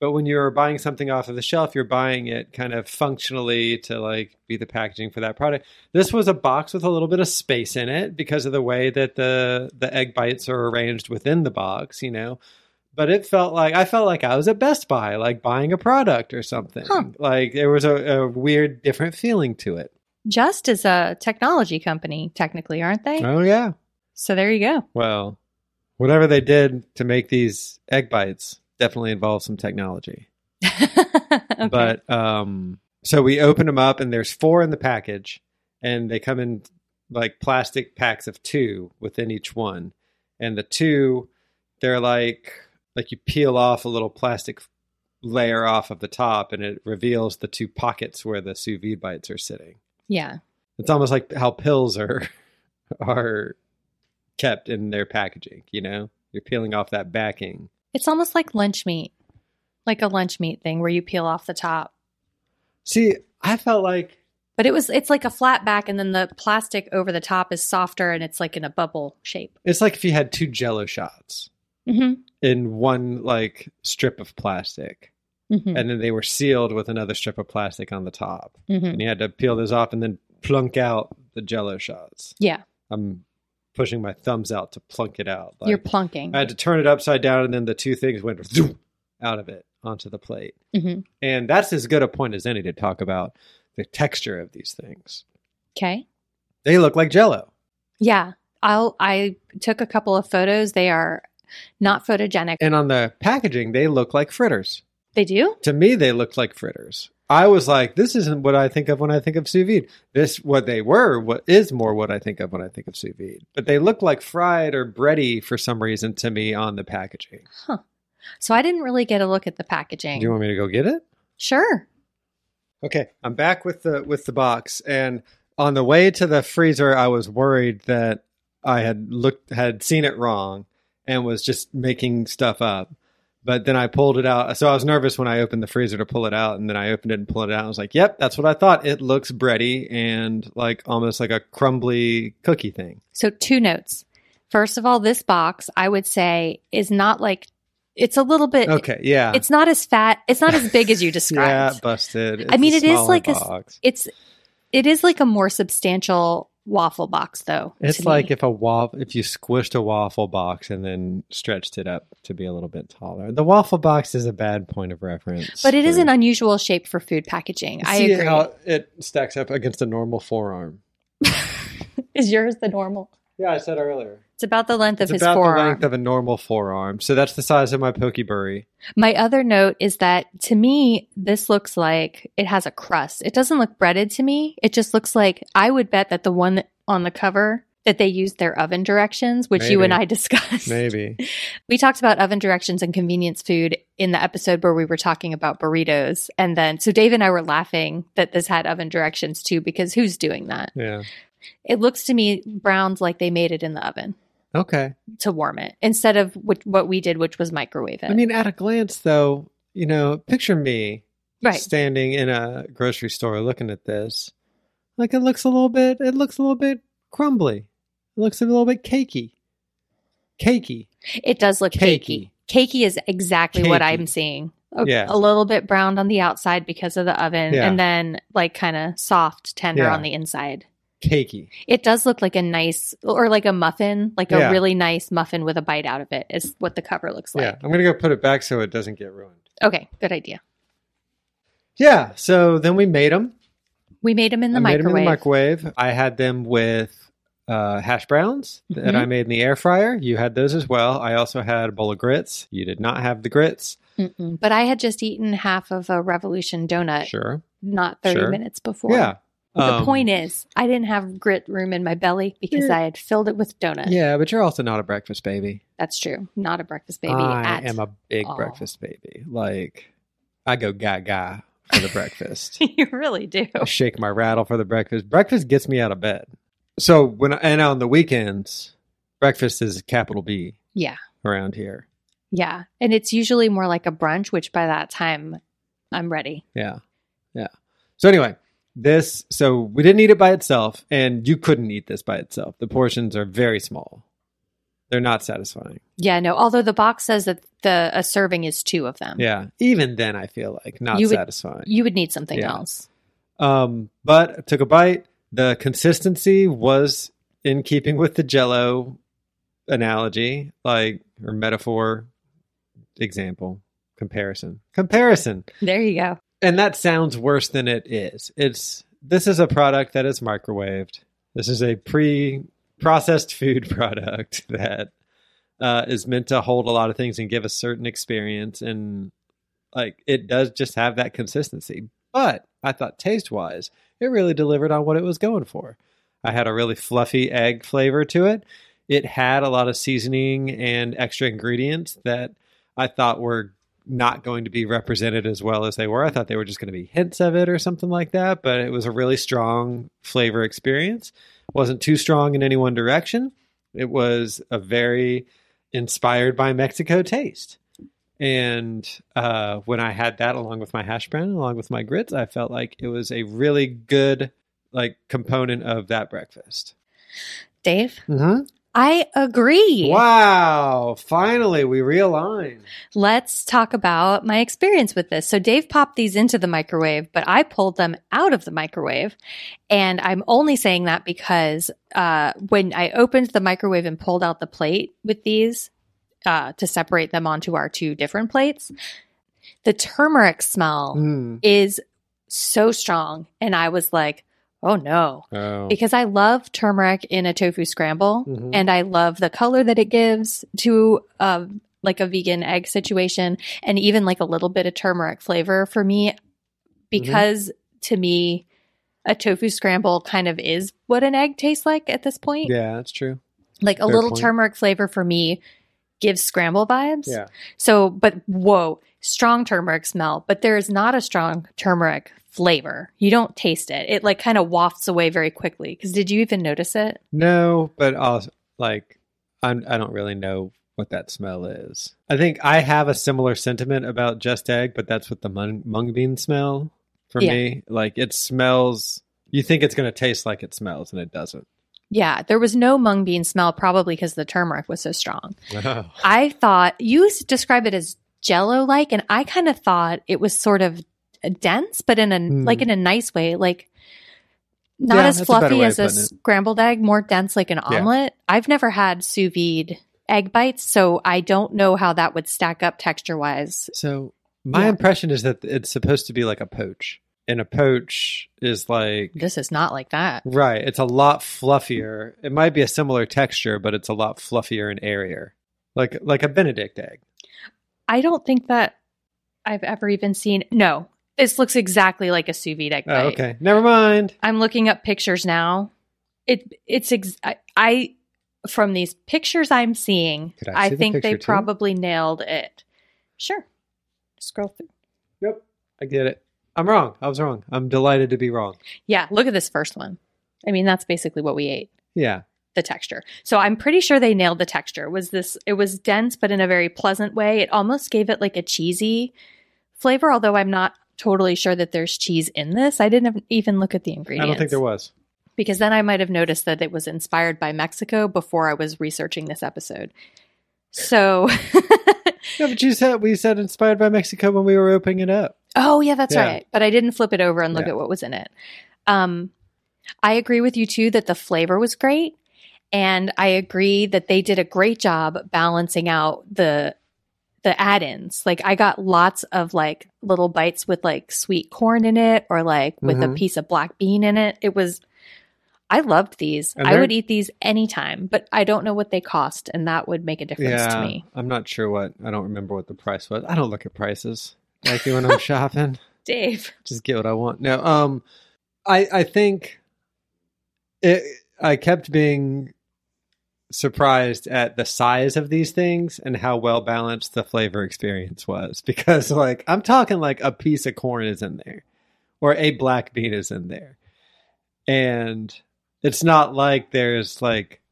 but when you're buying something off of the shelf, you're buying it kind of functionally to like be the packaging for that product. This was a box with a little bit of space in it because of the way that the the egg bites are arranged within the box, you know. But it felt like I felt like I was at Best Buy, like buying a product or something.
Huh.
Like there was a, a weird, different feeling to it.
Just is a technology company, technically, aren't they?
Oh yeah,
So there you go.
Well, whatever they did to make these egg bites definitely involves some technology.
okay.
But um, so we open them up, and there's four in the package, and they come in like plastic packs of two within each one, and the two they're like like you peel off a little plastic layer off of the top, and it reveals the two pockets where the sous vide bites are sitting.
yeah.
It's almost like how pills are are kept in their packaging, you know? You're peeling off that backing.
It's almost like lunch meat, like a lunch meat thing where you peel off the top.
See, I felt like
But it was it's like a flat back and then the plastic over the top is softer and it's like in a bubble shape.
it's like if you had two jello shots
Mm-hmm.
in one like strip of plastic
Mm-hmm.
and then they were sealed with another strip of plastic on the top.
mm-hmm.
And you had to peel those off and then plunk out the jello shots.
Yeah.
I'm pushing my thumbs out to plunk it out.
You're
like-
plunking.
I had to turn it upside down and then the two things went zoom out of it onto the plate.
Mhm.
And that's as good a point as any to talk about the texture of these things.
okay.
They look like jello.
Yeah. I'll I took a couple of photos. They are not photogenic.
And on the packaging, they look like fritters.
they do?
To me, they looked like fritters. I was like, this isn't what I think of when I think of sous vide. This, what they were, what is more what I think of when I think of sous vide. But they look like fried or bready for some reason to me on the packaging.
So I didn't really get a look at the
Do
packaging.
you want me to go get it?
sure.
Okay, I'm back with the with the box, and on the way to the freezer, I was worried that I had looked had seen it wrong and was just making stuff up. But then I pulled it out, so I was nervous when I opened the freezer to pull it out, and then I opened it and pulled it out. I was like, "Yep, that's what I thought. It looks bready and like almost like a crumbly cookie thing."
So two notes. First of all, this box I would say is not like it's a little bit
Okay, yeah,
it's not as fat it's not as big as you
yeah,
described.
busted.
I mean, it is like a
a.
s-
smaller box.
It's it is like a more substantial waffle box though.
It's
to me.
like if a waffle, if you squished a waffle box and then stretched it up to be a little bit taller. The waffle box is a bad point of reference,
but it is
for-
an unusual shape for food packaging. I
See
agree.
how it stacks up against a normal forearm.
is yours the normal?
Yeah, I said earlier.
It's about the length
It's
of his
about the
forearm.
length of a normal forearm, so that's the size of my pokeberry.
My other note is that to me, this looks like it has a crust. It doesn't look breaded to me. It just looks like I would bet that the one that- on the cover that they used their oven directions, which you
Maybe.
and I discussed.
Maybe
We talked about oven directions and convenience food in the episode where we were talking about burritos. And then, so Dave and I were laughing that this had oven directions too, because who's doing that?
yeah.
It looks to me browned like they made it in the oven
Okay.
to warm it instead of what, what we did, which was microwave it.
I mean, at a glance, though, you know, picture me
right.
standing in a grocery store looking at this. Like it looks a little bit it looks a little bit crumbly. It looks a little bit cakey. Cakey.
It does look
Cakey.
cakey. Cakey is exactly what
Cakey.
I'm seeing. A,
Yeah.
a little bit browned on the outside because of the oven,
Yeah.
and then like kind of soft, tender
Yeah.
on the inside.
Cakey.
It does look like a nice, or like a muffin, like
Yeah.
a really nice muffin with a bite out of it, is what the cover looks
yeah.
like.
I'm gonna go put it back so it doesn't get ruined.
Okay, good idea.
Yeah. So then we made them.
We made them in the
I made 'em
microwave.
in the microwave. I had them with uh, hash browns
Mm-hmm.
that I made in the air fryer. You had those as well. I also had a bowl of grits. You did not have the grits.
Mm-mm. But I had just eaten half of a Revolution donut
Sure.
not 30
Sure.
minutes before.
Yeah.
The
Um,
point is, I didn't have grit room in my belly because I had filled it with donuts.
Yeah, but you're also not a breakfast baby.
That's true. Not a breakfast baby.
I
at
am a big
all.
breakfast baby. Like I go gaga for the breakfast.
you really do.
I shake my rattle for the breakfast. Breakfast gets me out of bed. So when I, and on the weekends, breakfast is capital B
Yeah.
around here.
Yeah. And it's usually more like a brunch, which by that time I'm ready.
Yeah. Yeah. So anyway, this so we didn't eat it by itself and you couldn't eat this by itself. The portions are very small. They're not satisfying.
Yeah, no. Although the box says that the a serving is two of them.
Yeah. Even then I feel like not
Um, You would-
satisfying.
You would need something
Yeah.
else.
Um but I took a bite. The consistency was in keeping with the jello analogy, like or metaphor example comparison. Comparison.
There you go.
and that sounds worse than it is. It's this is a product that is microwaved. This is a pre-processed food product that uh, is meant to hold a lot of things and give a certain experience, and like it does just have that consistency. But I thought taste-wise, it really delivered on what it was going for. I had a really fluffy egg flavor to it. It had a lot of seasoning and extra ingredients that I thought were not going to be represented as well as they were. I thought they were just going to be hints of it or something like that, but it was a really strong flavor experience. wasn't too strong in any one direction. It was a very inspired by Mexico taste. And uh, when I had that along with my hash brown, along with my grits, I felt like it was a really good like component of that breakfast.
Dave,
Mm-hmm.
I agree.
Wow! Finally, we realign.
Let's talk about my experience with this. So, Dave popped these into the microwave, but I pulled them out of the microwave. And I'm only saying that because uh, when I opened the microwave and pulled out the plate with these uh, to separate them onto our two different plates, the turmeric smell
Mm.
is so strong. And I was like, oh no,
Oh.
because I love turmeric in a tofu scramble
Mhm.
and I love the color that it gives to um, like a vegan egg situation and even like a little bit of turmeric flavor for
Mm-hmm.
me because to me a tofu scramble kind of is what an egg tastes like at this point.
yeah, that's true.
Like a
fair
little
point.
turmeric flavor for me gives scramble vibes.
Yeah.
So, but whoa, strong turmeric smell, but there is not a strong turmeric flavor. You don't taste it. It like kind of wafts away very quickly. Because did you even notice it?
No, but also, like I'm, I don't really know what that smell is. I think I have a similar sentiment about just egg, but that's what the mung, mung bean smell for
Yeah.
me. Like it smells. You think it's going to taste like it smells, and it doesn't.
Yeah, there was no mung bean smell, probably because the turmeric was so strong.
Oh.
I thought you s- describe it as jello like, and I kind of thought it was sort of dense, but in a
Hmm.
like in a nice way, like not
Yeah,
as
that's a better
fluffy
way
as
of
a
putting it.
scrambled egg, more dense like an
Yeah.
omelet. I've never had sous vide egg bites, so I don't know how that would stack up texture wise.
So my
Yeah.
impression is that it's supposed to be like a poach, and a poach is like
This is not like that.
right. It's a lot fluffier. It might be a similar texture, but it's a lot fluffier and airier, like like a Benedict egg.
I don't think that I've ever even seen. No, this looks exactly like a sous vide egg bite.
Oh, okay, never mind.
I'm looking up pictures now. It it's ex- I, I from these pictures I'm seeing,
Could I
I,
see the
think they
picture too?
probably nailed it. Sure. Scroll through.
Yep. I get it. I'm wrong. I was wrong. I'm delighted to be wrong.
Yeah, look at this first one. I mean, that's basically what we ate,
Yeah.
the texture. So I'm pretty sure they nailed the texture. It Was this it was dense but in a very pleasant way. It almost gave it like a cheesy flavor, although I'm not totally sure that there's cheese in this. I didn't even look at the
I
ingredients.
don't think there was.
because then I might have noticed that it was inspired by Mexico before I was researching this episode. So,
No, but you said we said inspired by Mexico when we were opening it up.
oh yeah, that's
Yeah.
right. But I didn't flip it over and look
Yeah.
at what was in it. Um, I agree with you too that the flavor was great, and I agree that they did a great job balancing out the the add-ins. Like I got lots of like little bites with like sweet corn in it, or like with a
Mhm.
piece of black bean in it. It was I loved these.
And
I
they're-
would eat these anytime, but I don't know what they cost, and that would make a difference to me.
I'm not sure what. I don't remember what the price was. I don't look at prices like you when I'm shopping.
Dave.
Just get what I want. No. Um. I I think it. I kept being surprised at the size of these things and how well balanced the flavor experience was because like I'm talking like a piece of corn is in there or a black bean is in there. And it's not like there's like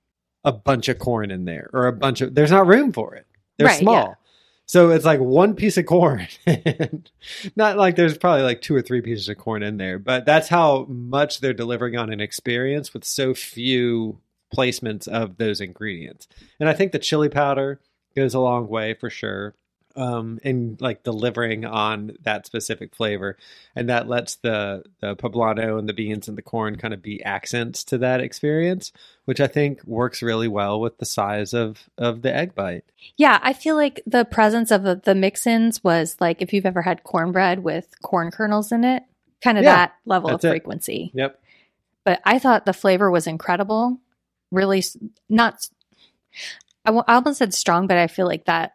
a bunch of corn in there or a bunch of there's not room for it. They're
Right, yeah.
small. So it's like one piece of corn. and not like there's probably like two or three pieces of corn in there, but that's how much they're delivering on an experience with so few placements of those ingredients. And I think the chili powder goes a long way for sure um, in like delivering on that specific flavor, and that lets the the poblano and the beans and the corn kind of be accents to that experience, which I think works really well with the size of of the egg bite.
Yeah, I feel like the presence of the, the mix-ins was like if you've ever had cornbread with corn kernels in it, kind of
Yeah,
that level of
that's it.
frequency.
Yep.
But I thought the flavor was incredible. Really, s- not. I wa- I almost said strong, but I feel like that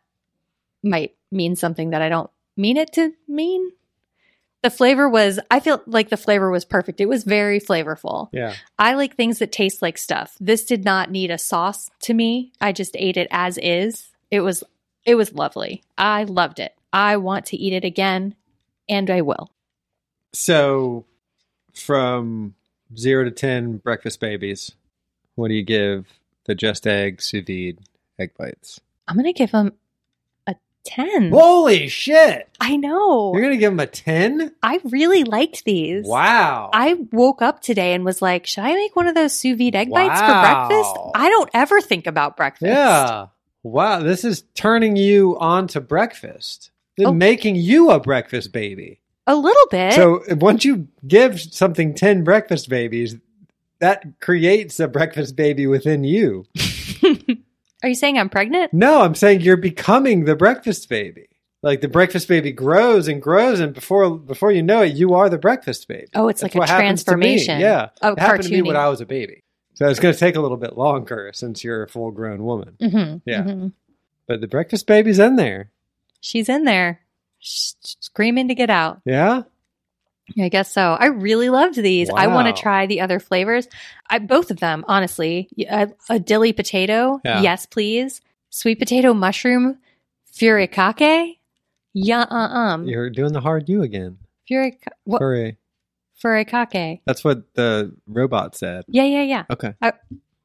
might mean something that I don't mean it to mean. The flavor was. I feel like the flavor was perfect. It was very flavorful.
Yeah.
I like things that taste like stuff. This did not need a sauce to me. I just ate it as is. It was it was lovely. I loved it. I want to eat it again and I will.
So, from zero to ten, breakfast babies. What do you give the just egg sous vide egg bites?
I'm going to give him a 10.
Holy shit!
I know.
You're gonna give them a ten?
I really liked these.
Wow!
I woke up today and was like, should I make one of those sous vide egg bites for
Wow.
breakfast? I don't ever think about breakfast.
Yeah. Wow. This is turning you on to breakfast, They're
Oh.
making you a breakfast baby.
A little bit.
So once you give something 10 breakfast babies, that creates a breakfast baby within you.
Are you saying I'm pregnant?
No, I'm saying you're becoming the breakfast baby. Like the breakfast baby grows and grows, and before before you know it, you are the breakfast baby.
Oh, it's like a
what happens to me.
transformation.
Yeah,
Oh,
it happened to me when
cartooning.
I was a baby, so it's going to take a little bit longer since you're a full grown woman.
Mm-hmm.
Yeah, but the breakfast baby's in there.
She's in there sh- screaming to get out.
Yeah.
I guess so. I really loved these. I
Wow.
want to try the other flavors. I, both of them, honestly. Y- uh, A, a dilly potato,
Yeah.
yes, please. Sweet potato mushroom, furikake, yeah, uh, um,
You're doing the hard you again.
furik, what,
Hooray.
furikake.
That's what the robot said.
Yeah, yeah, yeah.
Okay.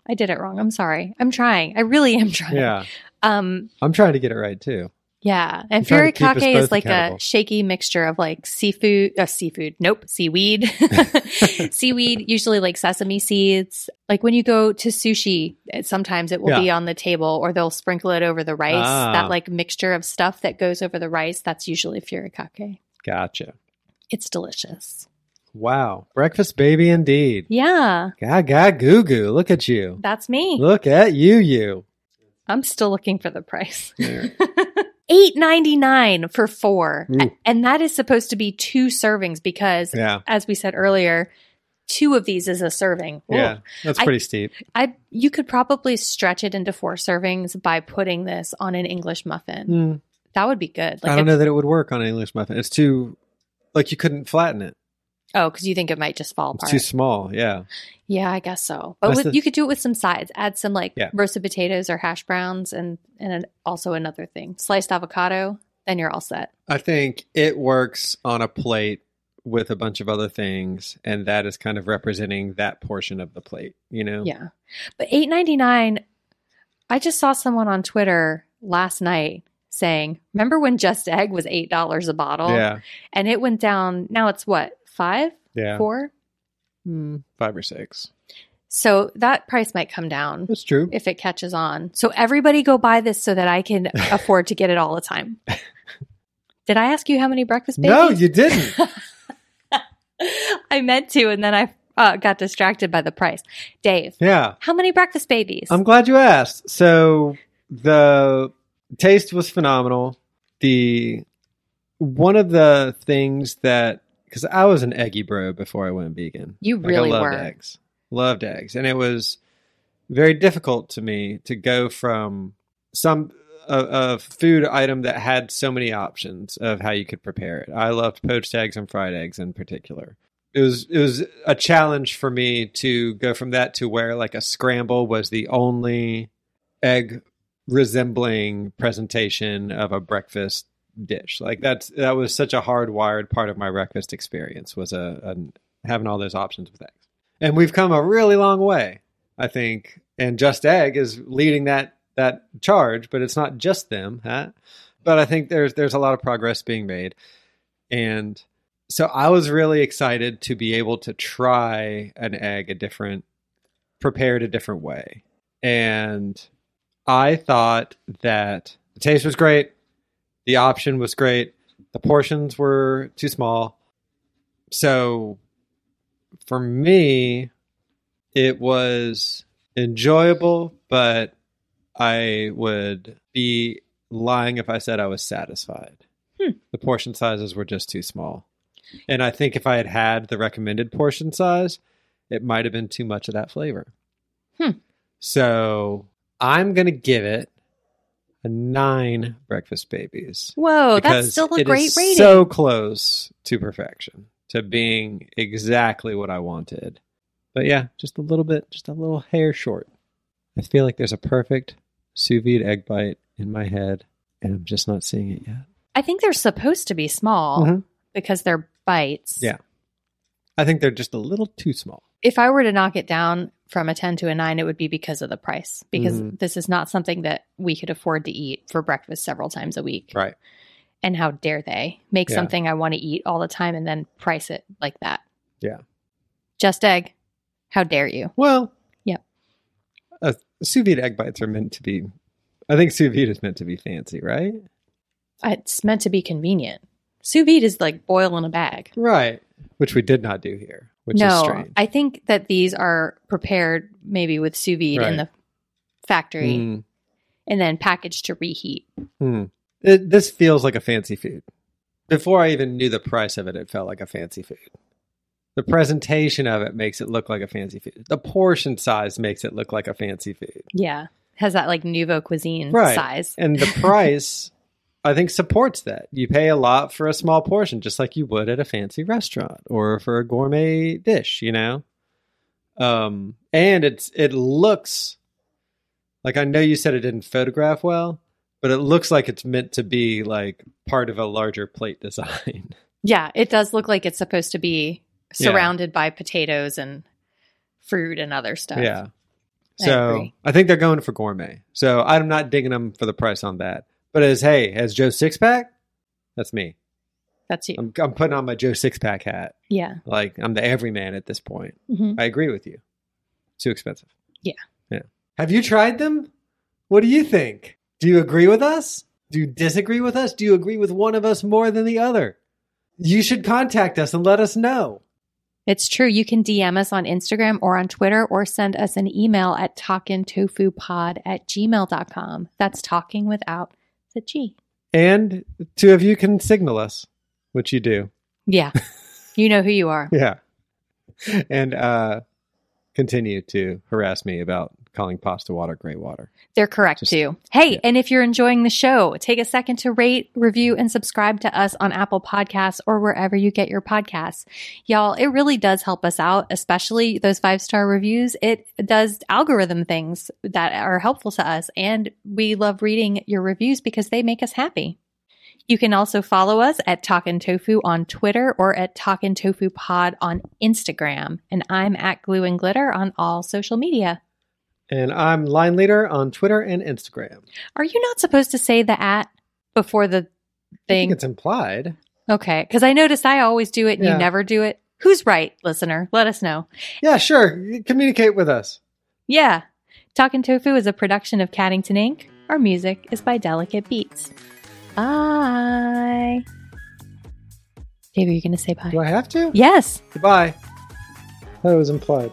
I did it wrong. I'm sorry. I'm trying. I really am trying.
Yeah.
Um.
I'm trying to get it right too.
Yeah. And
trying to keep us
furikake
both
is like
accountable.
a shaky mixture of like seafood, uh, seafood, nope, seaweed. seaweed, usually like sesame seeds. Like when you go to sushi, it- sometimes it will
Yeah.
be on the table or they'll sprinkle it over the rice.
Ah.
That like mixture of stuff that goes over the rice, that's usually furikake.
Gotcha.
It's delicious.
Wow. Breakfast baby indeed.
Yeah.
Ga ga goo goo. Look at you.
That's me.
Look at you, you.
I'm still looking for the price. Eight ninety nine for four,
Ooh.
A- and that is supposed to be two servings because,
Yeah.
as we said earlier, two of these is a serving. Ooh.
Yeah. That's
I-
pretty steep.
I you could probably stretch it into four servings by putting this on an English muffin.
Mm.
That would be good.
I don't
if-
know that it would work on an English muffin. It's too, like, you couldn't flatten it.
Oh, because you think it might just fall
It's
apart.
too small. Yeah.
yeah, I guess so. But
That's
with,
the-
you could do it with some sides. Add some like
Yeah.
roasted potatoes or hash browns, and and an, also another thing, sliced avocado. Then you're all set.
I think it works on a plate with a bunch of other things, and that is kind of representing that portion of the plate, you know?
Yeah. But 8.99 I just saw someone on Twitter last night saying, "Remember when Just Egg was $8 a bottle?"
Yeah.
And it went down, now it's what? 5?
Yeah.
4?
Mm, five or six.
So that price might come down
That's true.
if it catches on. So everybody go buy this so that I can afford to get it all the time. Did I ask you how many breakfast babies?
No, you didn't.
I meant to and then I uh, got distracted by the price. Dave,
yeah.
how many breakfast babies?
I'm glad you asked. So the taste was phenomenal. The one of the things that because I was an eggy bro before I went vegan.
You
I
really
loved
were.
eggs. Loved eggs, and it was very difficult to me to go from some a, a food item that had so many options of how you could prepare it. I loved poached eggs and fried eggs in particular it was it was a challenge for me to go from that to where like a scramble was the only egg resembling presentation of a breakfast dish. Like that's that was such a hardwired part of my breakfast experience was a, a having all those options with eggs. And we've come a really long way, I think. And just egg is leading that that charge, but it's not just them, huh? But I think there's there's a lot of progress being made. And so I was really excited to be able to try an egg a different prepared a different way. And I thought that the taste was great, the option was great, the portions were too small. So for me, it was enjoyable, but I would be lying if I said I was satisfied.
Hmm.
The portion sizes were just too small. And I think if I had had the recommended portion size, it might have been too much of that flavor.
Hmm.
So I'm going to give it a nine breakfast babies.
Whoa, Oh, that's
because
still a
it
great
is
rating.
So close to perfection, to being exactly what I wanted. But yeah, just a little bit, just a little hair short. I feel like there's a perfect sous vide egg bite in my head, and I'm just not seeing it yet.
I think they're supposed to be small
Mhm.
because they're bites.
Yeah. I think they're just a little too small.
If I were to knock it down from a 10 to a 9, it would be because of the price, because
Mhm.
this is not something that we could afford to eat for breakfast several times a week.
Right.
And how dare they make
Yeah.
something I want to eat all the time and then price it like that?
Yeah.
Just egg. How dare you?
Well,
Yep.
Uh, sous vide egg bites are meant to be, I think sous vide is meant to be fancy, right?
It's meant to be convenient. Sous vide is like boil in a bag.
Right. Which we did not do here, which
no,
is strange.
I think that these are prepared maybe with sous vide
Right.
in the factory
Mm,
and then packaged to reheat.
mm. It, this feels like a fancy food. Before I even knew the price of it, it felt like a fancy food. The presentation of it makes it look like a fancy food. The portion size makes it look like a fancy food.
Yeah. Has that like nouveau cuisine
Right.
size.
And the price, I think, supports that. You pay a lot for a small portion, just like you would at a fancy restaurant or for a gourmet dish, you know? Um, and it's it looks like I know you said it didn't photograph well, but it looks like it's meant to be like part of a larger plate design.
yeah, it does look like it's supposed to be
Yeah.
surrounded by potatoes and fruit and other stuff.
Yeah.
I
So
agree.
I, think they're going for gourmet. So I'm not digging them for the price on that. But as hey, as Joe Six Pack, that's me.
That's you.
I'm, I'm putting on my Joe Six Pack hat.
yeah.
Like I'm the everyman at this point.
hmm
I agree with you. Too expensive.
Yeah.
Yeah. Have you tried them? What do you think? Do you agree with us? Do you disagree with us? Do you agree with one of us more than the other? You should contact us and let us know.
It's true. You can DM us on Instagram or on Twitter or send us an email at talkingtofupod at gmail.com. That's talking without the G.
And two of you can signal us, which you do.
Yeah. you know who you are.
Yeah. And uh continue to harass me about calling pasta water gray water.
They're correct
Just-
too. Hey,
yeah.
and if you're enjoying the show, take a second to rate, review, and subscribe to us on Apple Podcasts or wherever you get your podcasts. Y'all, it really does help us out, especially those five star reviews. It does algorithm things that are helpful to us. And we love reading your reviews because they make us happy. You can also follow us at Talkin' Tofu on Twitter or at Talkin' Tofu Pod on Instagram. And I'm at Glue and Glitter on all social media.
And I'm line leader on Twitter and Instagram.
Are you not supposed to say the at before the
I think
thing?
it's implied.
Okay. Because I noticed I always do it and
Yeah.
you never do it. Who's right, listener? Let us know.
Yeah, sure. Communicate with us.
Yeah. Talking Tofu is a production of Caddington Inc. Our music is by Delicate Beats. Bye. Dave, are you going to say bye?
Do I have to?
Yes.
Goodbye. That was implied.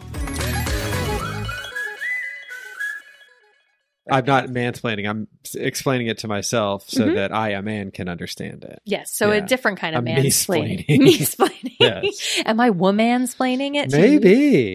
I'm not mansplaining. I'm s- explaining it to myself so
Mhm.
that I, a man, can understand it.
Yes. So a
Yeah.
different kind
A
of mansplaining.
me-splaining.
Meesplaining.
Yes.
Am I womansplaining it? to you?
Maybe.